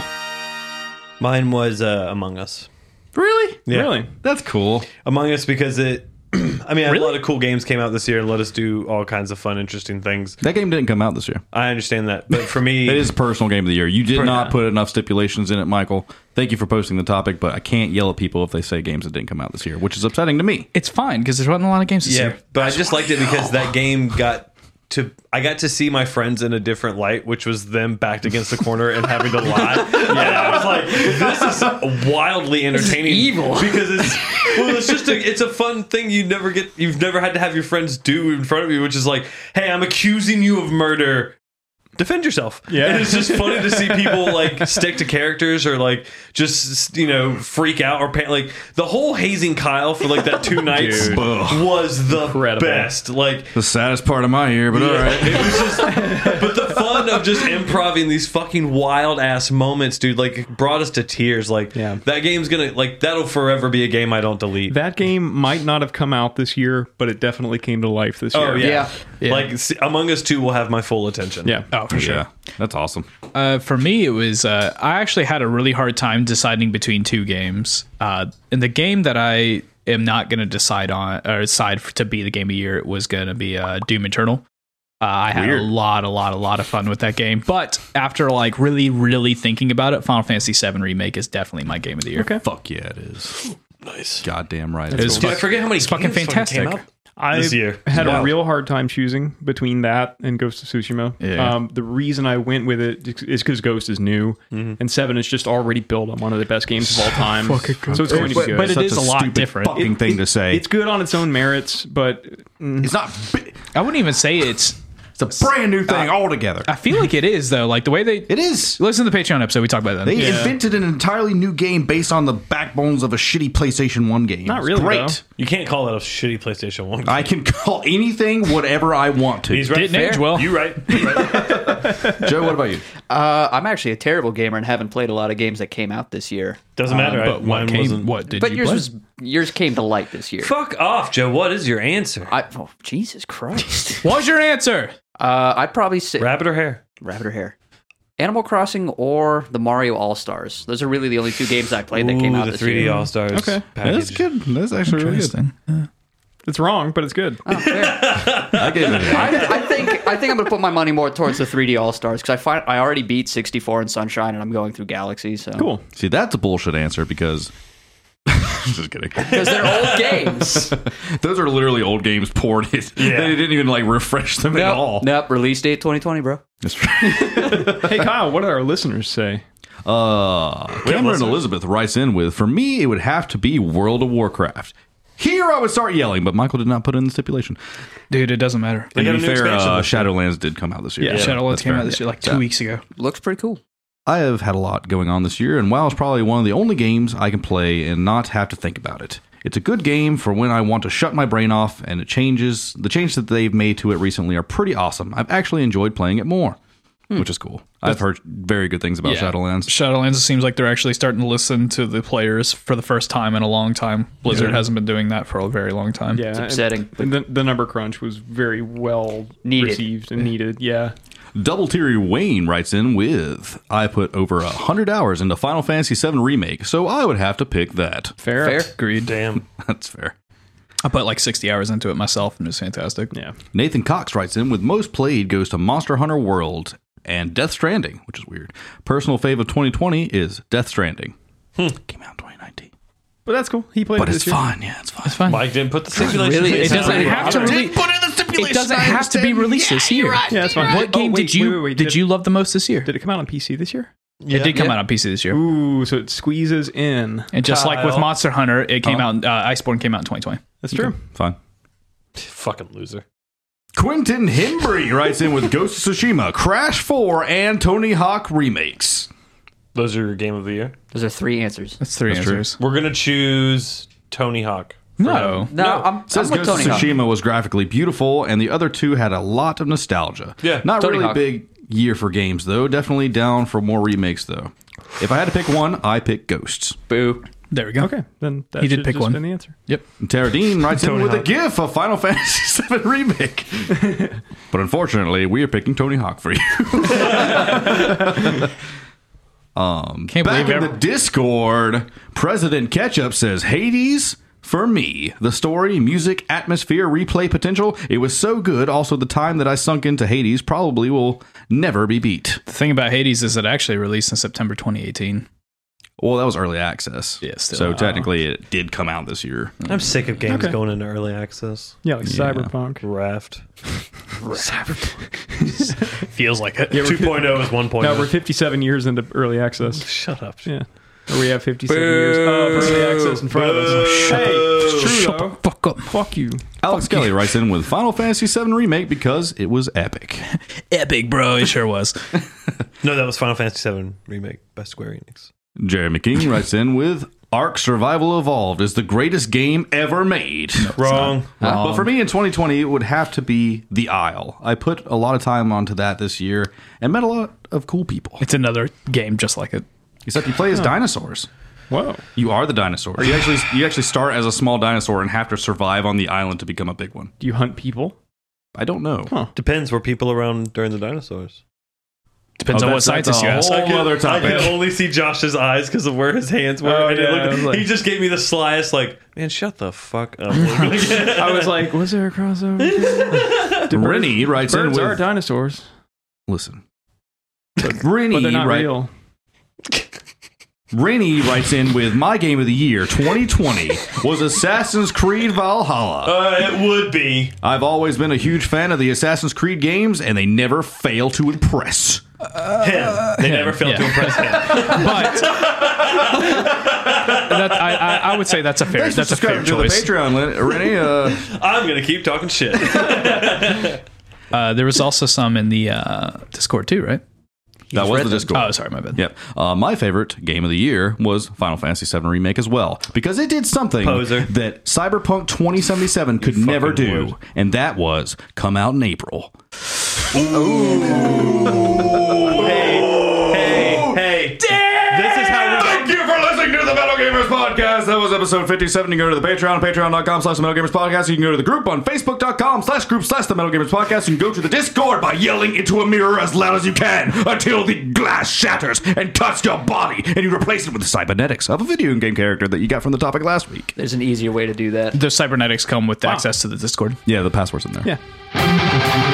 Mine was uh, Among Us.
Really?
Yeah.
Really?
That's cool.
Among Us because it. I mean, a lot of cool games came out this year and let us do all kinds of fun, interesting things.
That game didn't come out this year.
I understand that, but for me,
It is a personal game of the year. You did not put enough stipulations in it, Michael. Thank you for posting the topic, but I can't yell at people if they say games that didn't come out this year, which is upsetting to me.
It's fine because there wasn't a lot of games this
Yeah,
year.
but I just liked it because that game got to I got to see my friends in a different light, which was them backed against the corner and having to lie. And I was like, this is wildly entertaining,
evil.
because it's well, it's just a it's a fun thing you never get you've never had to have your friends do in front of you, which is like, hey, I'm accusing you of murder. Defend yourself. Yeah, and it's just funny to see people like stick to characters or like just you know freak out or pan- like the whole hazing Kyle for like that two nights
Dude.
was the
Incredible.
best. Like,
The saddest part of my year, but all right.
it was just, but the fun of just improvising these fucking wild ass moments, dude, like brought us to tears. Like,
Yeah.
that game's gonna, like, that'll forever be a game I don't delete.
That game might not have come out this year, but it definitely came to life this
oh,
year.
yeah.
Yeah.
Like, s- Among Us 2 will have my full attention.
Yeah.
Oh, for sure.
Yeah, that's awesome.
Uh, for me, it was uh, I actually had a really hard time deciding between two games. Uh, and the game that I am not going to decide on or decide for, to be the game of the year was going to be uh, Doom Eternal. Uh, I had a lot, a lot, a lot of fun with that game. But after like really, really thinking about it, Final Fantasy VII Remake is definitely my game of the year.
Okay.
Fuck yeah, it is. Nice. Goddamn right.
It was
Dude, I
fuck-
forget how many
it's fucking
games fucking came
fantastic.
out
I
this year.
had
Wow.
a real hard time choosing between that and Ghost of Tsushima.
Yeah.
Um, the reason I went with it is because Ghost is new, and Seven is just already built on one of the best games of all time. so it's going to be good.
but it
Such
is a lot
stupid
different.
Fucking thing to say.
it's good on its own merits, but
It's not. bi-
I wouldn't even say it's.
It's a brand new thing altogether.
I feel like it is though. Like the way they
It is.
listen to the Patreon episode, we talk about that.
They invented an entirely new game based on the backbones of a shitty PlayStation One game.
Not
It's
really,
Great.
though.
You can't call that a shitty PlayStation 1.
I can call anything whatever I want to.
He's right.
Didn't age well.
You right. You right.
Joe, what about you?
Uh, I'm actually a terrible gamer and haven't played a lot of games that came out this year.
Doesn't matter. I-
Um, but
mine
what came?
wasn't.
What did
But
you
yours
play?
was yours came to light this year.
Fuck off, Joe. What is your answer?
I, oh, Jesus Christ.
What was your answer?
uh, I'd probably say
Rabbit or hair?
Rabbit or Hare. Animal Crossing or the Mario All Stars. Those are really the only two games I played that came
Ooh,
out
the
this
3D
year.
All Stars.
Okay.
That's good. That's actually really good.
Interesting.
it's wrong, but it's good.
I gave it. A,
I think I think I'm gonna put my money more towards the 3D All Stars because I find I already beat 64 and Sunshine and I'm going through Galaxy. So
cool.
see, that's a bullshit answer because. Just kidding.
because they're old games.
Those are literally old games ported. They didn't even like refresh them at all.
Nope. Release date 2020, bro.
That's right.
hey Kyle, what do our listeners say?
Uh, Cameron Elizabeth writes in with For me, it would have to be World of Warcraft. Here I would start yelling, but Michael did not put in the stipulation.
Dude, it doesn't matter.
And
got a
to be
new
fair,
expansion
uh,
this year.
Shadowlands did come out this year.
Yeah, Shadowlands
that's
came
fair.
out this year like two
Yeah.
weeks ago.
Looks pretty cool.
I have had a lot going on this year, and WoW is probably one of the only games I can play and not have to think about it. It's a good game for when I want to shut my brain off, and it changes. The changes that they've made to it recently are pretty awesome. I've actually enjoyed playing it more, which is cool. I've heard very good things about Shadowlands.
Shadowlands seems like they're actually starting to listen to the players for the first time in a long time. Blizzard hasn't been doing that for a very long time.
Yeah,
It's upsetting.
And the, the number crunch was very well
Needed.
received and needed. Yeah,
Double Teary Wayne writes in with I put over a 100 hours into Final Fantasy VII Remake, so I would have to pick that.
fair.
Fair.
Agreed.
Damn.
That's fair.
I put like 60 hours into it myself, and it was fantastic.
Yeah.
Nathan Cox writes in with most played goes to Monster Hunter World and Death Stranding, which is weird. Personal fave of 2020 is Death Stranding.
Hmm.
Came out in 2019.
But that's cool. He played
But
it
it's
this year.
fun. Yeah, it's fun.
It's fine.
Mike didn't put the stipulation.
Really,
it
it's
doesn't
not
have to.
really-
Rele-
put in the stipulation.
it doesn't have to be released this year.
Yeah, that's fine.
What
Oh,
game
wait,
did you
wait, wait,
did,
did-
you love the most this year?
Did it come out on PC this year?
it did come out on PC this year.
Ooh, so it squeezes in.
And just like with
Kyle.
Monster Hunter, it came out. Uh, Iceborne came out in 2020.
Uh-huh. That's true.
Fine.
Fucking loser.
Quentin Hembry writes in with Ghost of Tsushima, Crash 4, and Tony Hawk remakes.
Those are your game of the year.
Those are three answers.
That's three
true.
answers.
We're gonna choose Tony Hawk.
No,
No, I'm,
It Says
I'm with
Ghost
Tony.
of
Hawk.
Tsushima was graphically beautiful, and the other two had a lot of nostalgia.
Yeah,
not
Tony
really a
Hawk.
big year for games though. Definitely down for more remakes though. If I had to pick one, I pick Ghosts.
Boo.
there we go.
Okay, then that
He did
should
pick
just
one.
Been the answer.
Yep.
And Tara Dean writes in with a GIF of Final Fantasy VII remake. but unfortunately, we are picking Tony Hawk for you.
Can't
Back
believe
in the
every-
Discord, President Ketchup says Hades for me. The story, music, atmosphere, replay potential. It was so good. Also, the time that I sunk into Hades probably will never be beat.
the thing about Hades is it actually released in September 2018.
Well, that was early access.
Yeah, still.
so technically, it did come out this year.
I'm sick of games going into early access.
Yeah, like Cyberpunk.
Raft.
Feels like it.
2.0 is 1.0.
No, we're 57 years into early access.
Shut up.
Yeah. Or we have 57 years of early access in front of us. Hey, it's true though.
Fuck up.
Fuck you.
Alex Kelly writes in with Final Fantasy VII Remake because it was epic.
Epic, bro. It sure was.
No, that was Final Fantasy VII Remake by Square Enix.
Jeremy King writes in with Ark Survival Evolved is the greatest game ever made.
Wrong.
Um,
But for me in 2020, it would have to be The Isle. I put a lot of time onto that this year and met a lot of cool people.
It's another game just like it.
Except you play as dinosaurs.
Whoa.
You are the dinosaur. You actually you actually start as a small dinosaur and have to survive on the island to become a big one.
Do you hunt people?
I don't know.
Depends. Were people around during the dinosaurs?
Depends
Oh,
on what
that's- that's
scientist
a
you ask.
whole-
I could,
other
I
topic.
could only see Josh's eyes because of where his hands were.
Oh,
and it
yeah,
looked-
I was like-
he just gave me the slyest, like, man, shut the fuck up. I
I was like, was there a crossover? Do birds-
Rennie writes in
Birds
with
are dinosaurs,
listen. Rennie,
but they're not
write-
real.
Rennie writes in with my game of the year 2020 was Assassin's Creed Valhalla.
uh, it would be.
I've always been a huge fan of the Assassin's Creed games, and they never fail to impress.
Him.
Uh,
They never failed to
yeah.
impress him.
But that, I, I, I would say that's a fair. that's a fair choice.
the Patreon, Len- Rennie. Uh,
I'm going to keep talking shit.
Uh, there was also some in the uh, Discord too, right?
that was the
read them.
Discord.
Oh, sorry, my bad.
Yep. Uh, my favorite game of the year was Final Fantasy VII Remake as well, because it did something
Poser.
that Cyberpunk 2077 could never
fucking
do,
would.
and that was come out in April.
hey, hey. This is how we
Thank you for listening to the Metal Gamers Podcast. That was episode 57. You can go to the Patreon, patreon.com slash the Metal Gamers Podcast. You can go to the group on facebook.com slash group slash the Metal Gamers Podcast. You can go to the Discord by yelling into a mirror as loud as you can until the glass shatters and cuts your body and you replace it with the cybernetics of a video game character that you got from the topic last week.
There's an easier way to do that.
The cybernetics come with access to the Discord.
Yeah, the password's in there.
Yeah.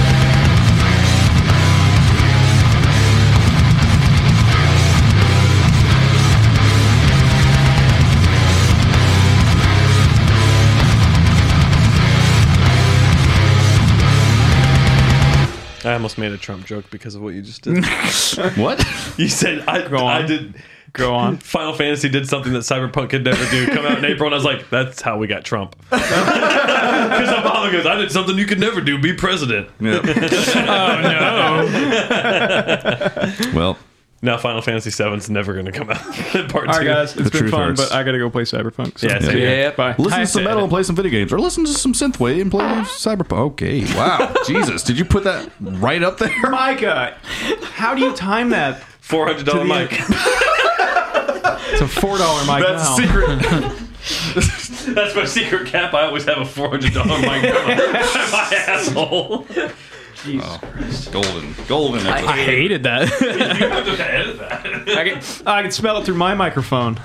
I almost made a Trump joke because of what you just did.
What?
you said I, I did.
Go on.
Final Fantasy did something that Cyberpunk could never do. Come out in April, and I was like, "That's how we got Trump." Because Obama goes, "I did something you could never do: be president."
Well,
Now Final Fantasy VII's never going to come out. Part
All right,
two.
guys. it's
The
been
truth
fun,
hurts.
but I gotta go play Cyberpunk. So.
Yeah, same
Yeah.
here.
Yeah.
Bye.
listen to some metal and play some video games, or listen to some synthwave and play cyberpunk. Okay, wow, Jesus, did you put that right up there?
Micah, how do you time that?
Four hundred dollar
the-
mic.
It's a four dollar mic now.
secret. That's my secret cap. I always have a four hundred dollar mic. I'm my asshole.
Golden, golden.
I hated that.
You have to edit that.
I can, I can smell it through my microphone.